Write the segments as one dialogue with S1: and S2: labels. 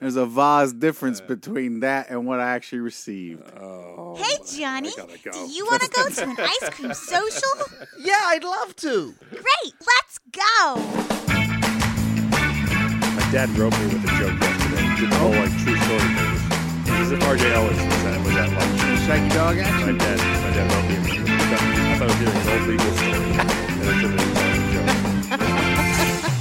S1: There's a vast difference between that and what I actually received.
S2: Oh.
S3: Oh,
S4: Hey, Johnny, do you want to go to an ice cream social?
S5: Yeah, I'd love to.
S4: Great, let's go.
S3: My dad roped me with a joke yesterday. Did the whole like true story thing. This is if RJ Ellis was at, was at lunch.
S1: Shaggy dog
S3: My
S1: action.
S3: dad, my dad roped me. with- I thought I was hearing an old legal story. And it turned into a joke.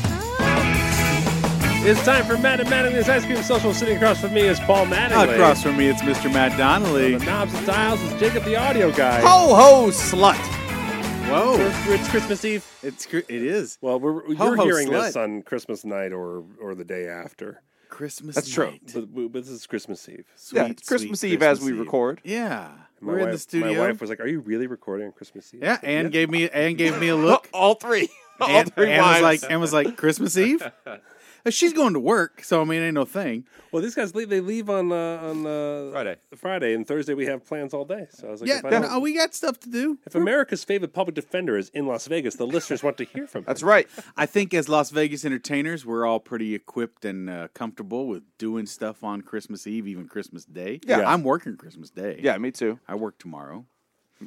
S3: It's time for Matt and Mattingly's Ice Cream Social. Sitting across from me is Paul Mattingly.
S1: Across from me, it's Mr. Matt
S3: The
S1: Donnelly.
S3: knobs and dials is Jacob the audio guy.
S5: Ho ho slut.
S1: Whoa,
S3: We're- It's Christmas Eve.
S1: it's cr- it is
S3: Well, we're, you're
S1: Ho-ho
S3: hearing this
S1: slut.
S3: on Christmas night or or the day after.
S1: Christmas.
S2: That's true.
S1: night.
S3: But, but this is Christmas Eve.
S1: Sweet,
S2: Yeah, it's
S1: sweet
S2: Christmas Eve as we
S1: Eve.
S2: record.
S1: Yeah,
S3: And
S1: we're
S3: my
S1: in the
S3: wife-
S1: studio.
S3: My wife was like, "Are you really recording on Christmas Eve?"
S1: yeah, and gave me and gave me a look.
S2: All three. All
S1: and,
S2: three
S1: and was
S2: wives.
S1: like, and was like, Christmas Eve. Uh, She's going to work, so I mean, ain't no thing.
S3: Well, these guys leave. They leave on uh, on uh,
S2: Friday.
S3: Friday and Thursday we have plans all day. So I was like,
S1: Yeah,
S3: if, I
S1: no,
S3: don't-
S1: we got stuff to do.
S3: if America's favorite public defender is in Las Vegas, the listeners want to hear from.
S2: That's
S3: him.
S2: right.
S1: I think as Las Vegas entertainers, we're all pretty equipped and uh, comfortable with doing stuff on Christmas Eve, even Christmas Day.
S2: Yeah. Yeah.
S1: I'm working Christmas Day.
S2: Yeah, me too.
S1: I work tomorrow.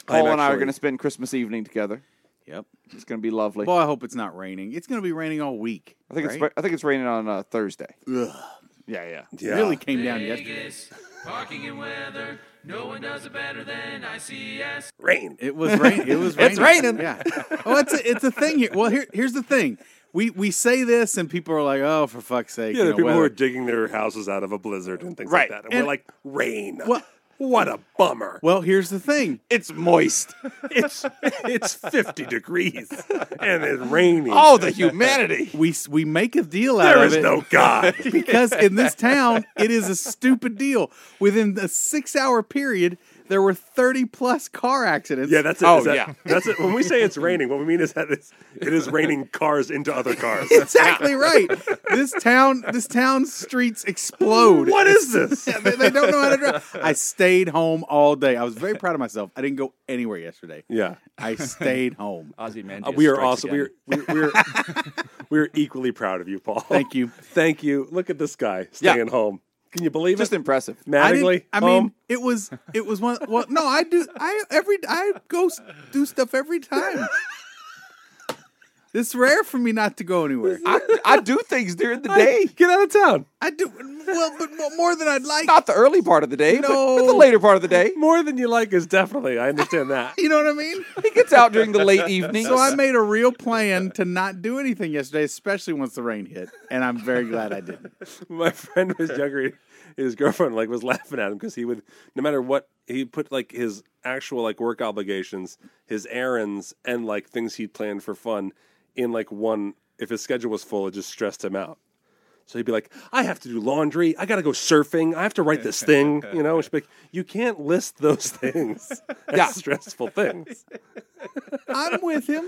S2: Paul and I are
S3: actually-
S2: going to spend Christmas evening together.
S1: Yep.
S2: It's going to be lovely.
S1: Well, I hope it's not raining. It's going to be raining all week.
S2: I think
S1: right?
S2: it's I think it's raining on uh, Thursday.
S1: Ugh.
S2: Yeah, yeah.
S1: It really came down yesterday.
S3: rain.
S1: It was rain. It was raining.
S2: It's raining.
S1: Yeah. Oh, it's a, it's a thing here. Well, here here's the thing. We we say this and people are like, oh, for fuck's sake.
S3: Yeah,
S1: you
S3: the
S1: know,
S3: people who
S1: weather.
S3: are digging their houses out of a blizzard and things
S2: Right.
S3: like that, and,
S1: And-
S3: we're like, "Rain.
S1: Well-
S3: what a bummer."
S1: Well, here's the thing.
S2: It's moist.
S3: it's it's fifty degrees and it's raining.
S2: oh, the humanity.
S1: We s- we make a deal out
S3: there
S1: of
S3: is
S1: it.
S3: no God.
S1: because in this town, it is a stupid deal. Within a six hour period, there were 30 plus car accidents.
S3: Yeah, that's it.
S2: Oh,
S3: Is that-
S2: yeah.
S3: that's it. When we say it's raining, what we mean is that it's, it is raining cars into other cars.
S1: exactly right. This town, this town's streets explode.
S3: what is this?
S1: They, they don't know how to drive. I stayed home all day. I was very proud of myself. I didn't go anywhere yesterday.
S3: Yeah,
S1: I stayed home.
S6: Ozzy man.
S3: Uh, we are also we are we are, we are, we are equally proud of you, Paul.
S1: Thank you.
S3: Thank you. Look at this guy
S2: Yeah.
S3: staying home. Can you believe
S2: Just
S3: it?
S2: impressive.
S1: I, didn't-
S3: Mattingly,
S1: I mean,
S3: home?
S1: it was it was one. Well, no, I do. I every I go s- do stuff every time. It's rare for me not to go anywhere.
S2: I, I do things during the day.
S3: get out of town.
S1: I do well, but mo- more than I'd like.
S2: Not the early part of the day, but- but,
S1: No.
S2: the later part of the day.
S3: More than you like is definitely. I understand that.
S1: You know what I mean?
S2: He gets out during the late evening.
S1: So I made a real plan to not do anything yesterday, especially once the rain hit, and I'm very glad I didn't.
S3: My friend was younger. His girlfriend like was laughing at him because he would, no matter what, he put like his actual like work obligations, his errands, and like things he planned for fun in like one. If his schedule was full, it just stressed him out. So he'd be like, "I have to do laundry. I got to go surfing. I have to write this thing." You know, she'd be like, "You can't list those things as
S2: Yeah.
S3: stressful things."
S1: I'm with him.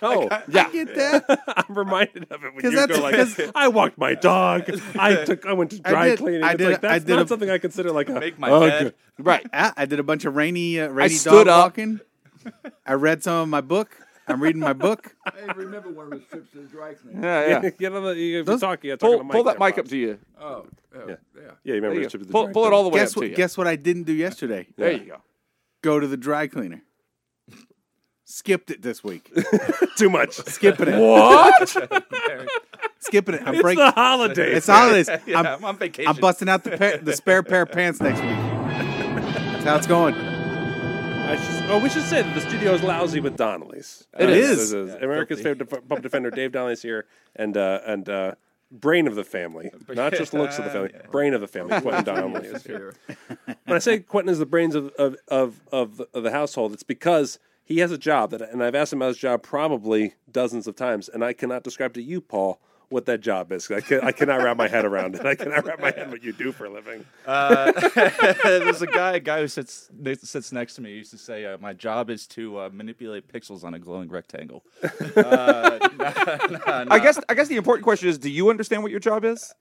S3: No,
S2: yeah.
S1: Get that?
S3: I'm reminded of it when
S1: 'Cause
S3: you go
S1: that's-
S3: like, "I walked my dog. I took. I went to dry
S1: did-
S3: cleaning."
S1: I
S3: It's
S1: did-
S3: like, that's
S1: I did
S3: not
S1: a-
S3: something I consider like a
S6: Make my
S3: "Oh,
S6: bed."
S3: good."
S2: Right.
S1: Ah, I, I did a bunch of rainy, uh, rainy
S2: stood
S1: dog
S2: up.
S1: walking. I read some of my book. I'm reading my book.
S7: Hey, remember one of his trips to the dry cleaner?
S2: Yeah, yeah.
S3: Get on the, you- if
S1: Those-
S3: you're talking, you gotta talk
S2: Pull,
S3: on the
S2: pull that
S3: there,
S2: mic up
S3: Bob.
S2: to you.
S7: Oh, oh, yeah.
S3: Yeah, you
S2: There
S3: remember
S2: you
S3: the trip to
S2: go.
S3: the
S2: Pull,
S3: dry
S2: pull it
S3: cleaner.
S2: all the way
S1: Guess
S2: up to
S1: what?
S2: you.
S1: Guess what I didn't do yesterday?
S2: there you go.
S1: Go to the dry cleaner. Skipped it this week.
S3: Too much.
S1: Skipping it.
S3: What?
S1: Skipping it. I'm
S3: it's
S1: breaking.
S3: the holidays.
S1: It's holidays.
S6: yeah,
S1: I'm,
S6: I'm on vacation.
S1: I'm busting out the, pair the spare pair of pants next week. That's how it's going.
S3: I should, oh, we should say that the studio is lousy with Donnellys.
S1: It is.
S3: This America's favorite def- pub defender, Dave Donnelly's here, and uh, and uh, brain of the family, not just looks of the family, brain of the family. Quentin Donnelly is here. When I say Quentin is the brains of of of of the, of the household, it's because he has a job that, and I've asked him about his job probably dozens of times, and I cannot describe to you, Paul. What that job is, I, can, I cannot wrap my head around it. I cannot wrap my head what you do for a living.
S6: There's a guy, a guy who sits that sits next to me. Used to say, uh, "My job is to uh, manipulate pixels on a glowing rectangle."
S2: I guess I guess the important question is, do you understand what your job is?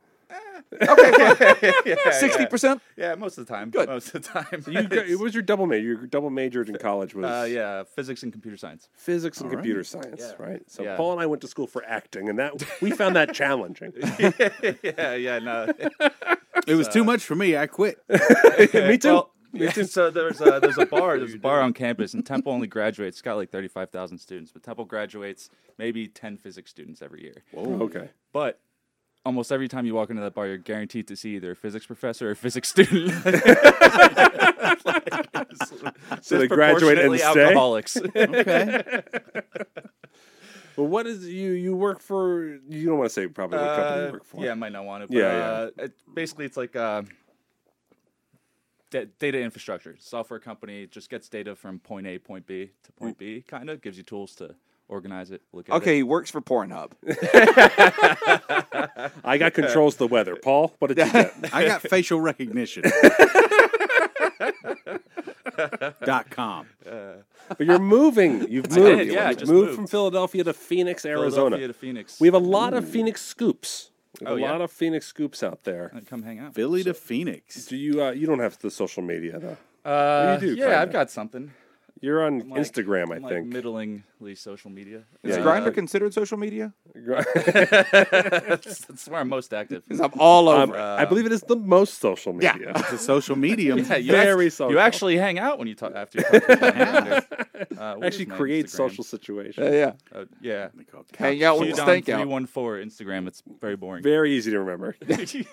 S2: Okay, sixty percent.
S6: Yeah, most of the time.
S2: Good.
S6: Most of the time.
S3: You, what was your double major? Your double majored in college was
S6: uh, yeah, physics and computer science.
S3: physics and computer science, right? So
S6: Yeah.
S3: Paul and I went to school for acting, and that we found that challenging.
S6: yeah, yeah, no.
S1: It was too much for me. I quit.
S3: Me too.
S6: Well, yeah, so there's a, there's a bar there's a bar on campus and Temple only graduates it's got like thirty five thousand students but Temple graduates maybe ten physics students every year
S3: Oh, okay.
S6: but almost every time you walk into that bar you're guaranteed to see either a physics professor or a physics student
S3: So they graduate and
S6: Disproportionately
S3: stay.
S6: alcoholics
S1: Okay.
S3: But what is you? You work for? You don't want to say probably what company you work for.
S6: Uh, yeah I might not want to but,
S3: Yeah,
S6: uh, It, basically it's like uh, da- data infrastructure software company just gets data from point A point B to point B kind of gives you tools to organize it look at it.
S2: Okay, he works for Pornhub.
S3: I got controls the weather. Paul, what did you get?
S1: I got facial recognition. Dot com.
S3: But you're moving. You've moved.
S6: did,
S3: You
S6: yeah, I
S3: moved
S6: just moved.
S3: from Philadelphia to Phoenix, Arizona.
S6: Philadelphia to Phoenix Mm.
S3: We have a lot of Phoenix scoops. We have
S6: Oh,
S3: a
S6: yeah? Uh,
S3: lot of Phoenix scoops out there.
S6: come hang out
S1: Philly to Phoenix.
S3: Do you? Uh, you don't have the social media though.
S6: Uh,
S3: do,
S6: yeah,
S3: kinda.
S6: I've got something.
S3: You're on
S6: Like-
S3: Instagram, I
S6: like
S3: think.
S6: middlingly social media.
S2: Is
S3: Yeah.
S2: Grinder considered social media?
S6: That's, that's where I'm most active. Uh,
S2: 'Cause I'm all
S3: Um,
S2: over. it.
S3: I believe it is the most social media.
S1: It's a social medium.
S6: Yeah, you
S3: very
S6: act-
S3: social.
S6: You actually hang out when you talk after you talk. to people. uh, what
S3: actually
S6: is my
S3: creates
S6: Instagram?
S3: social situations.
S2: Yeah, yeah.
S6: Uh, yeah.
S2: Hang out with
S6: Stank
S2: Stank
S6: three
S2: out.
S6: one four Instagram. It's very boring.
S3: Very easy to remember.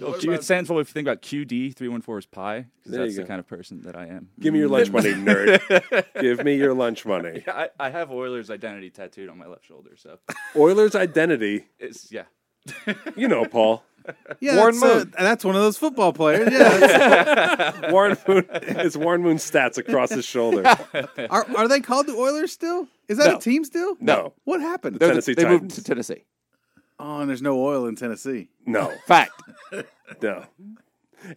S6: Well, Q- it stands for if you think about QD three one four is pi because
S3: There you
S6: that's the
S3: go.
S6: kind of person that I am.
S3: Give me your lunch money, nerd. Give me your lunch money.
S6: I, I have Euler's identity tattooed on my left shoulder, so
S3: Euler's identity.
S6: it's yeah.
S3: You know, Paul.
S1: Yeah,
S2: Warren
S1: that's, uh,
S2: Moon.
S1: that's one of those football players. Yeah, that's-
S3: Warren Moon. It's Warren Moon stats across his shoulder.
S1: are, are they called the Oilers still? Is that
S3: No.
S1: a team still?
S3: No.
S1: What happened?
S2: They're the-
S3: Tennessee
S2: they moved
S3: Titans.
S2: to Tennessee.
S1: Oh, and there's no oil in Tennessee.
S3: No,
S2: Fact.
S3: no.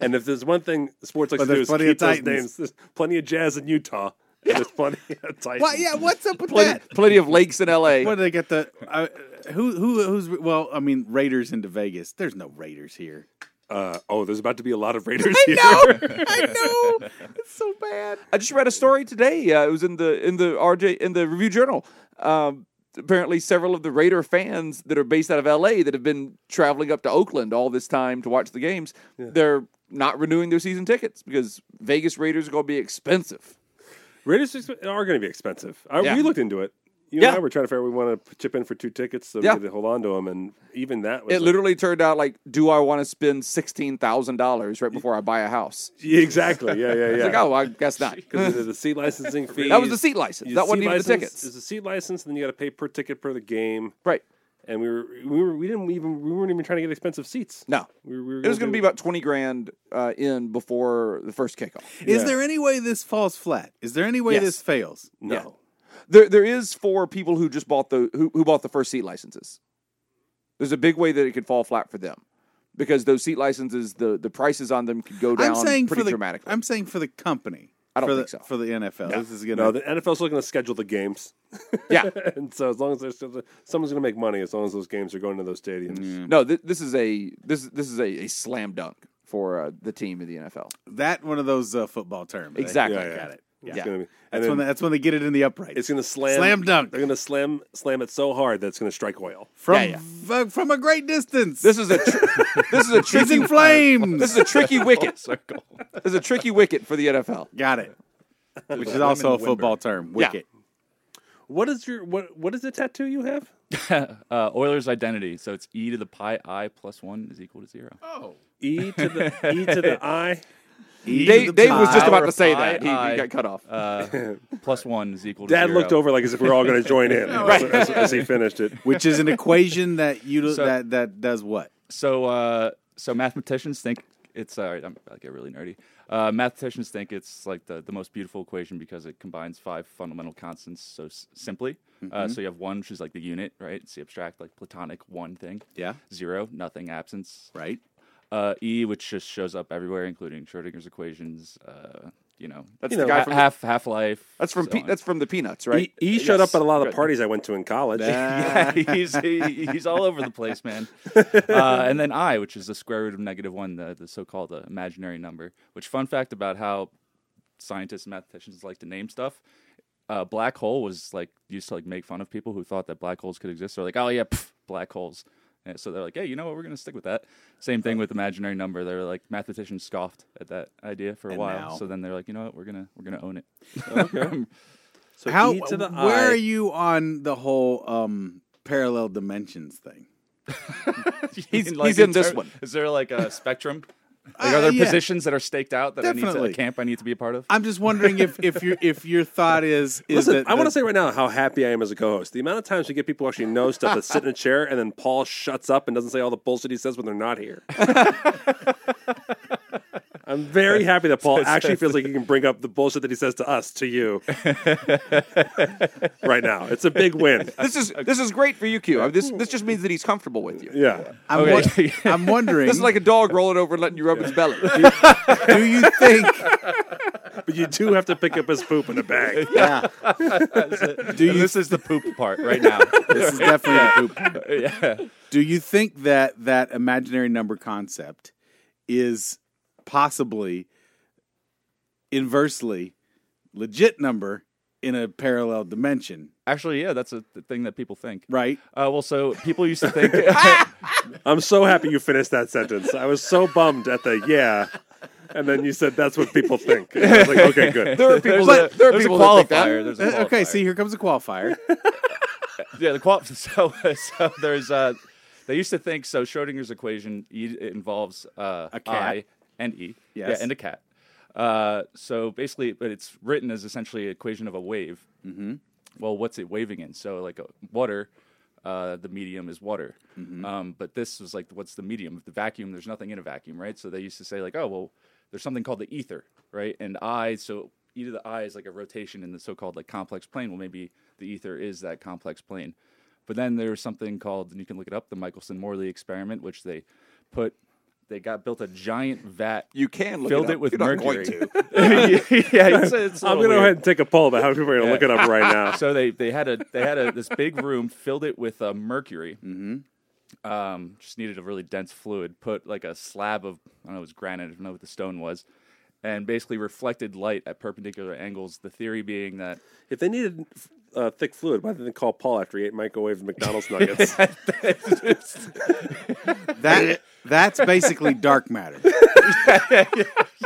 S3: And if there's one thing sports likes
S1: But
S3: to do
S1: there's
S3: is
S1: plenty
S3: keep
S1: of
S3: those
S1: Titans.
S3: names. There's plenty of jazz in Utah. and There's plenty of Titans.
S1: Why? Yeah, what's up with
S2: Plenty,
S1: that?
S2: plenty of lakes in L.A.
S1: What did they get the? Uh, who who who's? Well, I mean, Raiders into Vegas. There's no Raiders here.
S3: Uh, oh, there's about to be a lot of Raiders here.
S1: I know. It's so bad.
S2: I just read a story today. Uh, it was in the in the RJ in the Review Journal. Um, apparently, several of the Raider fans that are based out of LA that have been traveling up to Oakland all this time to watch the games, they're not renewing their season tickets because Vegas Raiders are going to be expensive.
S3: Raiders are exp- are going to be expensive. Uh,
S2: Yeah.
S3: We looked into it. You
S2: Yeah.
S3: and I were trying to figure out we want to chip in for two tickets so
S2: Yeah.
S3: we could hold on to them. And even that was
S2: It literally turned out like, do I want to spend sixteen thousand dollars right before I buy a house?
S3: Yeah, exactly. Yeah, yeah, yeah.
S2: Like, oh, I guess not.
S3: Because the seat licensing fee.
S2: That was the seat license. That wasn't even the tickets.
S3: It's a seat license, and then you got to pay per ticket per the game.
S2: Right?
S3: And we were, we were, we didn't even, we weren't even trying to get expensive seats.
S2: No.
S3: we, we were
S2: It was
S3: gonna
S2: going to be
S3: do-
S2: about twenty grand uh, in before the first kickoff.
S1: Is
S3: Yeah.
S1: there any way this falls flat? Is there any way
S2: Yes.
S1: this fails?
S3: no.
S2: yeah. There, there is for people who just bought the who, who bought the first seat licenses. There's a big way that it could fall flat for them because those seat licenses, the the prices on them could go down
S1: I'm saying
S2: pretty
S1: for the
S2: dramatically.
S1: I'm saying for the company.
S2: I don't
S1: for
S2: think
S1: the,
S2: so.
S1: For the NFL, this is gonna.
S3: No, the NFL's looking to schedule the games,
S2: yeah,
S3: and so as long as there's still, someone's going to make money, as long as those games are going to those stadiums.
S2: no, th- this is a this this is a, a slam dunk for uh, the team in the NFL.
S1: that one of those uh, football terms.
S2: Exactly.
S1: I
S3: Yeah,
S1: got it. Yeah.
S3: It's gonna be, and
S1: That's
S3: then
S1: when that's when they get it in the upright.
S3: it's going to slam
S1: Slam dunk.
S3: They're going to slam slam it so hard that it's going to strike oil.
S1: from
S2: Yeah,
S1: v- from a great distance.
S2: This is a tr- this is a
S1: He's
S2: tricky
S1: in flames.
S2: this is a tricky wicket. This is a tricky wicket for the NFL.
S1: got it. Which is also a football term.
S2: Yeah.
S1: Wicket.
S3: What is your what what is the tattoo you have?
S6: Uh, Euler's identity, so it's e to the pi i plus one is equal to zero.
S3: E to the E to the I.
S1: E
S2: Dave,
S1: to the
S2: Dave was
S1: pi.
S2: just about
S6: Power
S2: to say
S6: of
S2: that. He, he
S6: I- I-
S2: got cut off.
S6: Uh, plus one is equal to
S3: Dad
S6: zero.
S3: looked over like as if we were all going to join in as, as he finished it.
S1: which is an equation that you
S6: So-
S1: that that does what?
S6: So, uh, so mathematicians think it's sorry. I'm about to get really nerdy. Uh, mathematicians think it's like the, the most beautiful equation because it combines five fundamental constants so s- simply.
S2: Mm-hmm.
S6: Uh, so you have one, which is like the unit, right? It's the abstract, like Platonic one thing.
S1: Yeah.
S6: Zero, nothing, absence.
S1: Right.
S6: Uh, e, which just shows up everywhere, including Schrodinger's equations. Uh, you know,
S2: That's
S3: you
S2: the
S3: know,
S2: guy
S6: ha-
S2: from the-
S6: half half life.
S2: that's from pe- that's from the Peanuts, right?
S3: He, he showed up
S6: Yes.
S3: at a lot of
S6: Right.
S3: parties I went to in college.
S6: yeah, he's he, he's all over the place, man. Uh, and then I, which is the square root of negative one, the, the so-called uh, imaginary number. Which fun fact about how scientists and mathematicians like to name stuff. Uh, black hole was like used to like make fun of people who thought that black holes could exist. They're like, oh yeah, pff, black holes. And so they're like, hey, you know what? We're gonna stick with that. Same thing with imaginary number. They're like mathematicians scoffed at that idea for a
S1: And
S6: while.
S1: now-
S6: So then they're like, you know what? We're gonna we're gonna own it.
S3: So
S1: How
S3: E to the
S1: where
S3: I.
S1: are you on the whole um parallel dimensions thing?
S6: You
S2: He's-
S6: mean, like,
S2: he's in this
S6: ter-
S2: one.
S6: Is there like a spectrum? Like,
S1: Uh,
S6: are there
S1: yeah.
S6: positions that are staked out that I need
S1: Definitely.
S6: to a camp I need to be a part of?
S1: I'm just wondering if if your if your thought is is
S3: Listen,
S1: that
S3: I want to
S1: the-
S3: say right now how happy I am as a co-host. The amount of times we get people who actually know stuff that sit in a chair and then Paul shuts up and doesn't say all the bullshit he says when they're not here. I'm very happy that Paul actually feels like he can bring up the bullshit that he says to us to you right now. It's a big win.
S2: this is this is great for you, Q. I mean, this this just means that he's comfortable with you.
S3: Yeah.
S1: I'm,
S6: Okay.
S1: won- I'm wondering.
S2: This is like a dog rolling over and letting you rub its belly.
S1: do you think?
S3: But you do have to pick up his poop in a bag.
S1: Yeah,
S6: Do you, this is the poop part right now.
S1: this is definitely a poop.
S6: yeah.
S1: Do you think that that imaginary number concept is possibly inversely legit number in a parallel dimension?
S6: Actually, yeah, that's a th- thing that people think.
S1: Right?
S6: Uh, well, so people used to think.
S3: I'm so happy you finished that sentence. I was so bummed at the yeah. And then you said that's what people think. And I was like, okay, good.
S2: There are people
S6: But-
S2: that there are
S6: there's a
S2: people that think that.
S6: qualifier. There's a
S1: Uh, Okay,
S6: qualifier.
S1: see, here comes a qualifier.
S6: yeah, the qual. So, so there's. Uh, they used to think so. Schrodinger's equation e, it involves uh,
S1: A cat.
S6: I and E.
S1: Yes.
S6: Yeah, and a cat. Uh, so basically, but it's written as essentially an equation of a wave. Mm-hmm. Well, what's it waving in? So like uh, water, uh, the medium is water. Um, but this was like, what's the medium? The vacuum. There's nothing in a vacuum, right? So they used to say like, oh well, there's something called the ether, right? And I so e to the i is like a rotation in the so-called like complex plane. Well, maybe the ether is that complex plane. But then there's something called, and you can look it up, the Michelson-Morley experiment, which they put. They got built a giant vat
S2: You can look
S6: filled
S2: it,
S6: it,
S2: up.
S6: with
S2: You're not going
S6: mercury.
S2: to.
S6: yeah, it's, it's a
S3: I'm going to go
S6: little weird.
S3: ahead and take a poll about how people are going to
S6: Yeah.
S3: look it up right now.
S6: So they they had a they had a this big room filled it with uh, mercury. Mm-hmm. Um, just needed a really dense fluid. Put like a slab of I don't know it was granite. I don't know what the stone was, and basically reflected light at perpendicular angles. The theory being that
S3: If they needed uh, thick fluid, why didn't they call Paul after he ate microwave McDonald's nuggets?
S6: Eh.
S1: That that's basically dark matter.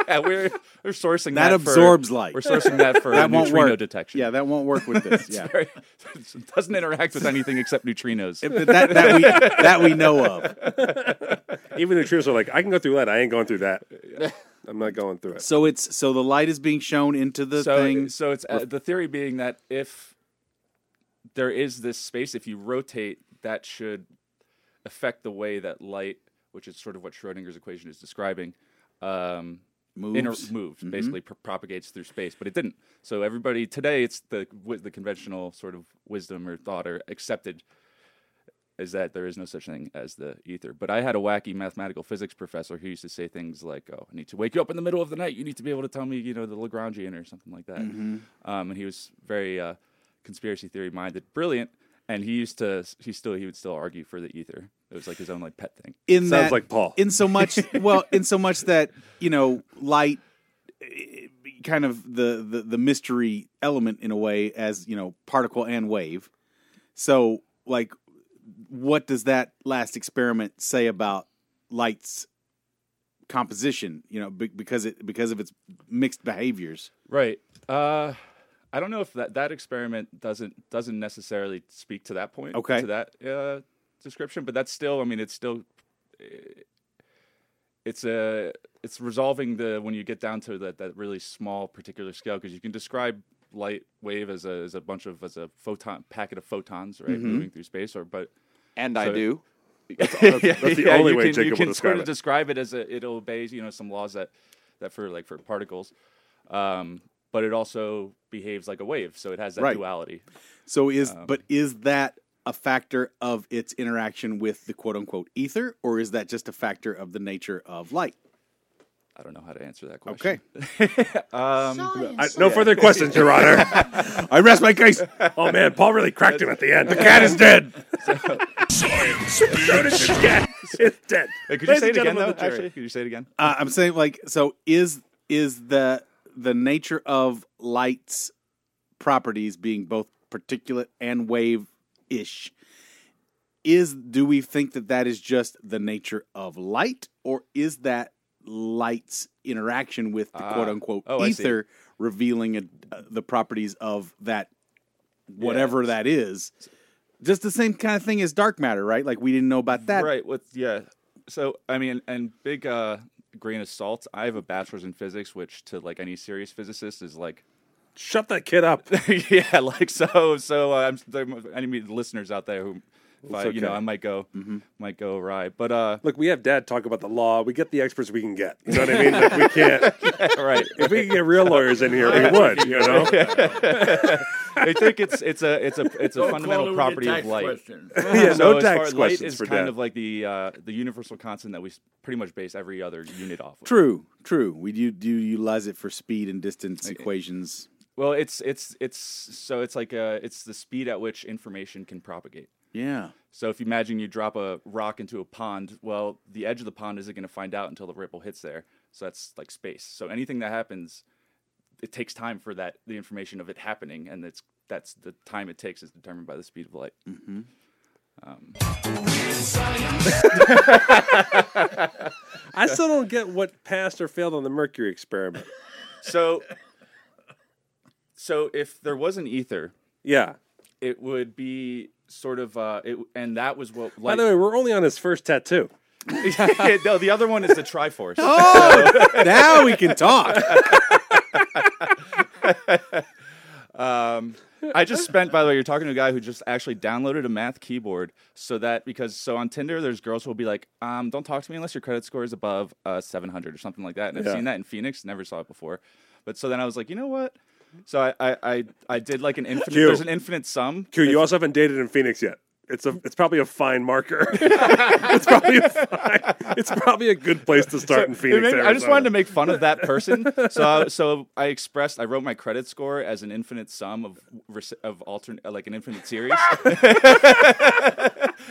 S6: yeah we're we're sourcing
S1: That
S6: that,
S1: absorbs
S6: for,
S1: light.
S6: We're sourcing that for
S1: That won't
S6: neutrino
S1: work.
S6: detection.
S1: Yeah, that won't work with this. Yeah,
S6: Very- it doesn't interact with anything except neutrinos.
S1: that, that, that we that we know of.
S3: Even the troops are like, I can go through that. I ain't going through that. I'm not going through it.
S1: So it's so the light is being shown into the
S6: so,
S1: thing.
S6: So it's uh, the theory being that if there is this space, if you rotate, that should affect the way that light, which is sort of what Schrodinger's equation is describing, um, inter-
S1: Moves.
S6: moves basically pr- propagates through space. But it didn't. So everybody today, it's the wi- the conventional sort of wisdom or thought or accepted is that there is no such thing as the ether. But I had a wacky mathematical physics professor who used to say things like, "Oh, I need to wake you up in the middle of the night. You need to be able to tell me, you know, the Lagrangian or something like that." Um, and he was very uh, conspiracy theory minded, brilliant. And he used to, he still, he would still argue for the ether. It was like his own like pet thing.
S1: in
S3: Sounds
S1: that,
S3: like Paul.
S1: In so much, well, in so much that you know, light, eh, kind of the, the the mystery element in a way, as you know, particle and wave. So, like, what does that last experiment say about light's composition? You know, be- because it because of its mixed behaviors.
S6: Right. Uh, I don't know if that, that experiment doesn't doesn't necessarily speak to that point.
S1: Okay.
S6: To that uh, description, but that's still. I mean, eh, it's still. It's a it's resolving the when you get down to that that really small particular scale because you can describe light wave as a as a bunch of as a photon packet of photons right moving through space or but
S2: And I
S6: So-
S2: do.
S3: that's the only
S6: you
S3: way
S6: can,
S3: Jacob
S6: you
S3: will
S6: can
S3: describe
S6: sort of
S3: it.
S6: describe it as a, it obeys you know some laws that that for like for particles, um, but it also behaves like a wave, so it has that
S1: Right.
S6: duality.
S1: So is but is that a factor of its interaction with the quote unquote ether, or is that just a factor of the nature of light?
S6: I don't know how to answer that question.
S1: Okay,
S3: I, no further questions, Your Honor.
S1: I rest my case.
S3: Oh man, Paul really cracked him at the end. The cat is dead. Science. the cat is dead.
S6: Could you
S3: Ladies and
S6: say it again
S3: gentlemen
S6: though?
S3: of the jury.
S6: Actually, could you say it again?
S1: Uh, I'm saying like so is is the the nature of light's properties being both particulate and wave ish is do we think that that is just the nature of light or is that light's interaction with the quote unquote
S6: Oh, I see.
S1: ether revealing a, uh, the properties of that whatever that is just the same kind of thing as dark matter right like we didn't know about that
S6: right with yeah so i mean and big uh grain of salt i have a bachelor's in physics which to like any serious physicist is like
S3: Shut that kid up.
S6: yeah like so so uh, i'm there, any listeners out there who if I, you know
S3: okay.
S6: i might go might go awry but uh
S3: Look, we have Dad talk about the law. We get the experts we can get. You know what I mean? Like we can't.
S6: right
S3: If we could get real lawyers in here, we would. You know.
S6: i think it's it's a it's a it's a
S7: Don't
S6: fundamental
S7: call it a
S6: property of
S7: tax
S6: light
S7: question.
S3: Yeah,
S6: So
S3: no
S6: as far-
S3: tax
S6: light
S3: questions
S6: is
S3: for
S6: kind
S3: Dad.
S6: of like the uh the universal constant that we s- pretty much base every other unit off of
S1: True, true. We do do utilize it for speed and distance equations.
S6: well it's it's it's so it's like uh it's the speed at which information can propagate
S1: Yeah.
S6: So if you imagine you drop a rock into a pond, well, the edge of the pond isn't going to find out until the ripple hits there. So that's like space. So anything that happens, it takes time for that the information of it happening, and it's that's the time it takes is determined by the speed of light.
S3: I still don't get what passed or failed on the Mercury experiment.
S6: So, so if there was an ether,
S3: Yeah.
S6: it would be sort of uh, it, and that was what.
S3: By
S6: Light,
S3: the way, we're only on his first tattoo.
S6: no, the other one is the Triforce.
S3: Oh!
S1: now we can talk.
S6: Um, I just spent, by the way, you're talking to a guy who just actually downloaded a math keyboard so that because so on Tinder, there's girls who will be like, um, don't talk to me unless your credit score is above uh, 700 or something like that. And
S3: Yeah.
S6: I've seen that in Phoenix, never saw it before. But so then I was like, you know what? So I I I, I did like an infinite.
S3: Q.
S6: There's an infinite sum.
S3: Q, you also haven't dated in Phoenix yet. It's a it's probably a fine marker. it's probably a fine, it's probably a good place to start in Phoenix.
S6: Maybe- I just
S3: Arizona.
S6: wanted to make fun of that person, so I, so I expressed I wrote my credit score as an infinite sum of rec- of alternate like an infinite series,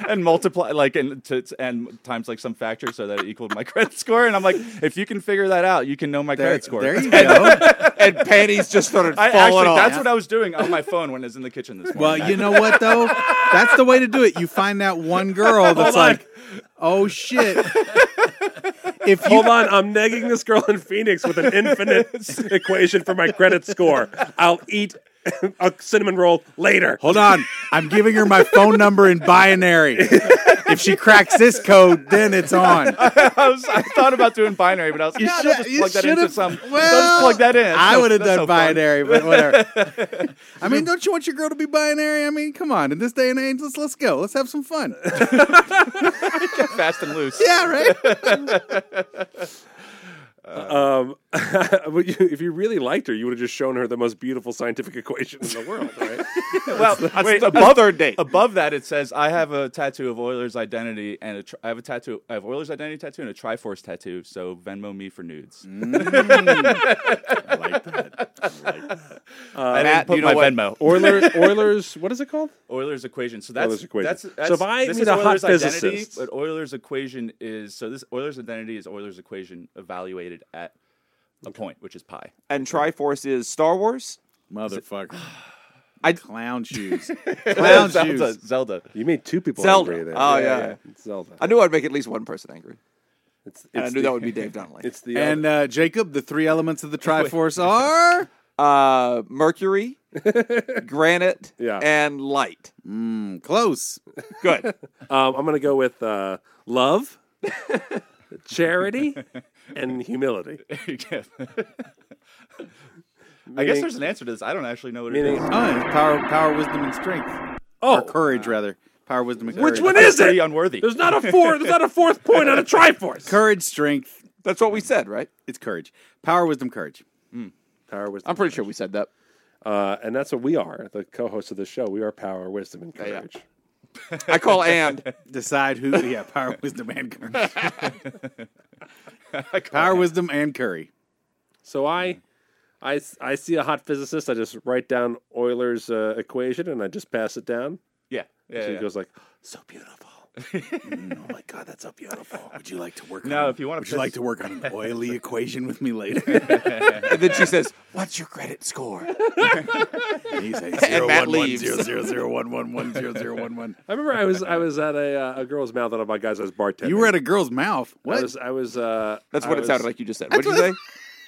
S6: and multiply like and to, to- and times like some factor so that it equaled my credit score. And I'm like, if you can figure that out, you can know my
S1: There,
S6: credit score.
S1: there you go.
S2: And panties just started
S6: I
S2: falling
S6: actually,
S2: off.
S6: that's what I was doing on my phone when I was in the kitchen this morning.
S1: well, you know what though? That's the way to do it. You find that one girl that's like, "Oh shit." If you
S3: Hold on, I'm negging this girl in Phoenix with an infinite equation for my credit score. I'll eat a cinnamon roll later.
S1: Hold on. I'm giving her my phone number in binary. If she cracks this code, then it's on.
S6: I, was, I thought about doing binary, but I was like,
S1: You
S6: yeah,
S1: should-
S6: they'll just
S1: you
S6: plug that into
S1: should've-
S6: some. they'll
S1: well,
S6: just plug that in.
S1: I
S6: That's
S1: would have
S6: so-
S1: done
S6: that's so fun.
S1: binary, but whatever. I mean, don't you want your girl to be binary? I mean, come on. In this day and age, let's let's go. Let's have some fun.
S6: fast and loose.
S1: Yeah, right.
S3: Um, but you- if you really liked her, you would have just shown her the most beautiful scientific equation in the world, right?
S6: Well, wait,
S2: the mother date.
S6: above that it says I have a tattoo of Euler's identity and a tri- I have a tattoo I have Euler's identity tattoo and a Triforce tattoo. So Venmo me for nudes.
S3: Mm.
S1: I like that.
S6: I didn't
S2: Matt,
S6: put
S2: you know
S6: my
S2: what?
S6: Venmo.
S3: Euler, Euler's, what is it called?
S6: Euler's equation. So that's
S3: Euler's equation.
S6: That's,
S3: So
S6: that's,
S3: if I
S6: this
S3: meet
S6: is
S3: a hot
S6: Euler's identity,
S3: physicist-
S6: but Euler's equation is so this Euler's identity is Euler's equation evaluated at a point, which is pi.
S2: And Triforce is Star Wars.
S1: Motherfucker.
S2: I-
S1: clown shoes. Clown
S6: Zelda.
S1: shoes.
S6: Zelda.
S3: You made two people
S2: Zelda.
S3: angry there.
S2: Oh, yeah.
S3: It's Zelda.
S2: I knew I'd make at least one person angry.
S3: It's,
S2: And I
S3: it's
S2: knew
S3: the-
S2: that would be Dave Donnelly.
S3: It's the
S1: And
S3: other-
S1: uh, Jacob, the three elements of the Triforce are
S2: Uh, mercury, granite,
S3: Yeah.
S2: and light.
S1: Mm, close.
S2: Good.
S3: um, I'm going to go with uh, love, charity, and humility.
S6: Yeah. I guess there's an answer to this. I don't actually know what it
S3: Meaning-
S6: is.
S1: Oh, and power, power, wisdom, and strength.
S3: Oh,
S1: Or courage, rather. Power, wisdom, and courage.
S3: which one is
S6: Pretty
S3: it?
S6: unworthy.
S3: There's not a four. There's not a fourth point on a triforce.
S1: Courage, strength.
S2: That's what we said, right?
S1: It's courage. Power, wisdom, courage.
S3: Power, wisdom,
S2: I'm pretty sure we said that.
S3: uh, and that's what we are. The co-hosts of the show, we are power, wisdom, and courage.
S2: I call and.
S1: Decide who. Yeah, power, wisdom, and courage. power, wisdom, and curry.
S3: So I, I, I see a hot physicist. I just write down Euler's uh, equation and I just pass it down.
S6: Yeah. yeah,
S3: so he
S6: yeah.
S3: goes like, "So beautiful." oh my god, that's so beautiful.
S1: Would you like to work?
S6: No,
S1: on-
S6: if you wanna
S1: would you
S6: piss-
S1: like to work on an oily equation with me later?
S2: And then she says, What's your credit score?
S1: and he's like,
S2: And Matt
S1: 011
S2: leaves.
S1: 00011 0011.
S3: I remember I was I was at a uh, a girl's mouth and my guys I was bartending.
S1: You were at a girl's mouth.
S3: I
S1: What?
S3: was I was. Uh,
S2: That's
S3: I
S2: what it
S3: was-
S2: sounded like you just said. What'd you say?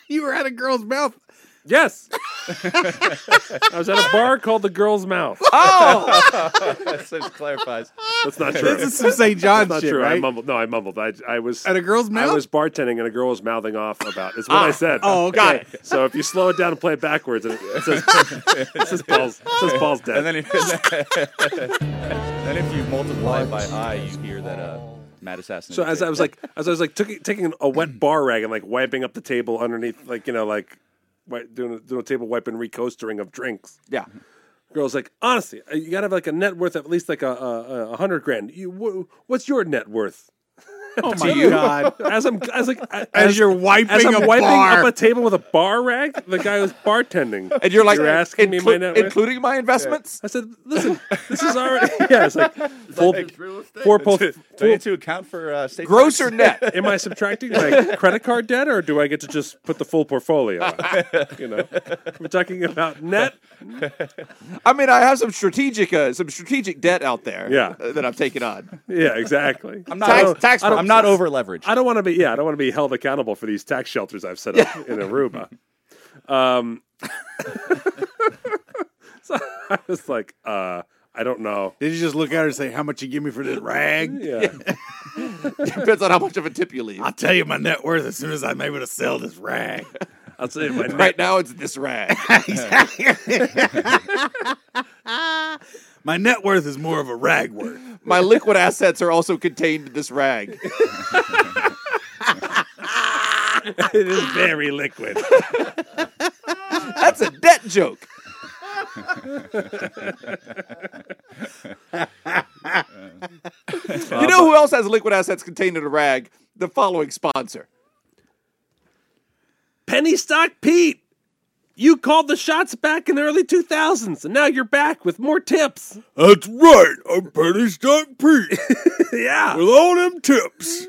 S1: You were at a girl's mouth.
S3: Yes. I was at a bar called the Girl's Mouth.
S2: Oh!
S6: that so it clarifies.
S3: That's not true.
S1: This is some St. John
S3: That's not
S1: shit,
S3: true. I
S1: right?
S3: mumbled. No, I mumbled. I, I was
S1: At a girl's
S3: I
S1: mouth?
S3: was bartending, and a girl was mouthing off about. It's what I said.
S1: Oh, okay. Got
S3: it. So if you slow it down and play it backwards, and it, it says, it says balls, it says balls dead.
S6: And then, if, then if you multiply by I, you hear that uh, Matt assassinated.
S3: so as I was like, as I was like took, taking a wet
S1: Mm.
S3: bar rag and like wiping up the table underneath, like you know, like wi- doing a, doing a table wiping, recoastering of drinks.
S2: Yeah.
S3: Girl's like, honestly, uh, you gotta have like a net worth of at least like a, a, a hundred grand. You, wh- what's your net worth?
S1: Oh my god.
S3: As I'm, as like, as,
S1: As you're wiping
S3: as I'm
S1: a
S3: wiping
S1: bar.
S3: up a table with a bar rag, the guy was bartending,
S2: And you're like,
S3: you're asking me my
S2: "Inclu-
S3: net worth.
S2: including my investments?
S3: I said, listen, this is already yeah. It's like full
S7: It's real estate.
S3: four pull.
S6: do I need to account for uh, state
S2: Gross
S6: tax?
S2: or net?
S3: Am I subtracting my credit card debt, or do I get to just put the full portfolio? out? You know, we're talking about net.
S2: I mean, I have some strategic, uh, some strategic debt out there.
S3: Yeah.
S2: uh, that I've taken on.
S3: Yeah, exactly.
S6: I'm not,
S2: Tax-
S6: over,
S2: tax
S6: I'm not
S2: purposes.
S6: over leveraged.
S3: I don't want to be. Yeah, I don't want to be held accountable for these tax shelters I've set up in Aruba. Um, so I was like, uh, I don't know.
S1: Did you just look at her and say, How much you give me for this rag?
S3: Yeah,
S2: Depends on how much of a tip you leave.
S1: I'll tell you my net worth as soon as I'm able to sell this rag.
S3: I'll say my net
S2: Right now, it's this rag.
S1: My net worth is more of a rag worth.
S2: My liquid assets are also contained in this rag.
S3: it is very liquid.
S2: That's a debt joke. you know who else has liquid assets contained in a rag? The following sponsor.
S3: Penny Stock Pete, you called the shots back in the early 2000s, and now you're back with more tips.
S1: That's right. I'm Penny Stock Pete
S3: Yeah,
S1: with all them tips.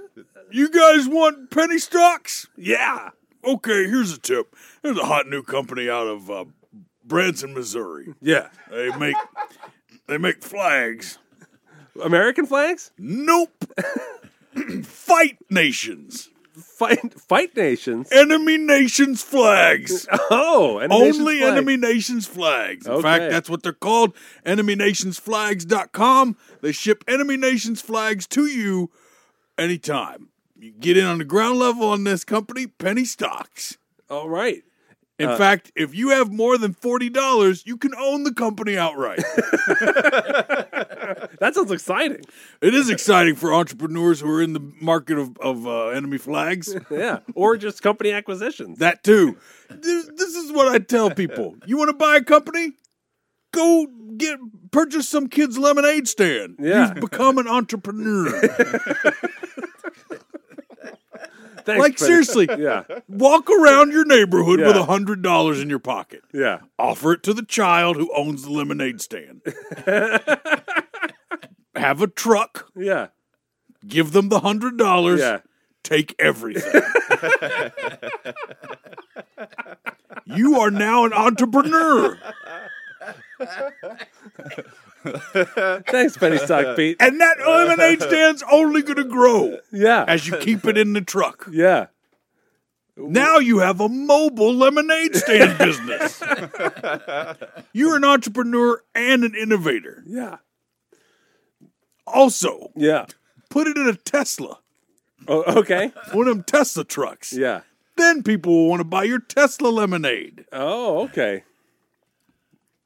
S1: You guys want penny stocks?
S3: yeah.
S1: Okay, here's a tip. There's a hot new company out of uh, Branson, Missouri.
S3: Yeah.
S1: They make they make flags.
S3: American flags?
S1: Nope. Fight nations.
S3: Fight fight nations.
S1: Enemy nations flags.
S3: Oh, enemy nations
S1: Only
S3: flag.
S1: enemy nations flags. In
S3: Okay.
S1: fact, that's what they're called. EnemyNationsFlags.com. They ship enemy nations flags to you anytime. You get in on the ground level on this company, penny stocks.
S3: All right.
S1: In
S3: Uh,
S1: fact, if you have more than forty dollars, you can own the company outright.
S3: That sounds exciting.
S1: it is exciting for entrepreneurs who are in the market of, of uh, enemy flags.
S3: Yeah. Or just company acquisitions.
S1: That too. This, this is what I tell people. You want to buy a company? Go get purchase some kid's lemonade stand.
S3: Yeah.
S1: You've become an entrepreneur.
S3: Thanks,
S1: like
S3: Penny.
S1: seriously,
S3: Yeah.
S1: walk around your neighborhood with
S3: Yeah.
S1: a hundred dollars in your pocket.
S3: Yeah.
S1: Offer it to the child who owns the lemonade stand. Have a truck.
S3: Yeah.
S1: Give them the hundred dollars.
S3: Yeah.
S1: Take everything. you are now an entrepreneur.
S3: Thanks, Penny Stock Pete.
S1: And that lemonade stand's only going to grow
S3: Yeah.
S1: as you keep it in the truck.
S3: Yeah.
S1: Now you have a mobile lemonade stand business. You're an entrepreneur and an innovator.
S3: Yeah.
S1: Also,
S3: Yeah.
S1: put it in a Tesla.
S3: Oh, okay.
S8: One of them Tesla trucks.
S3: Yeah.
S8: Then people will want to buy your Tesla lemonade.
S1: Uh,
S3: Oh, okay.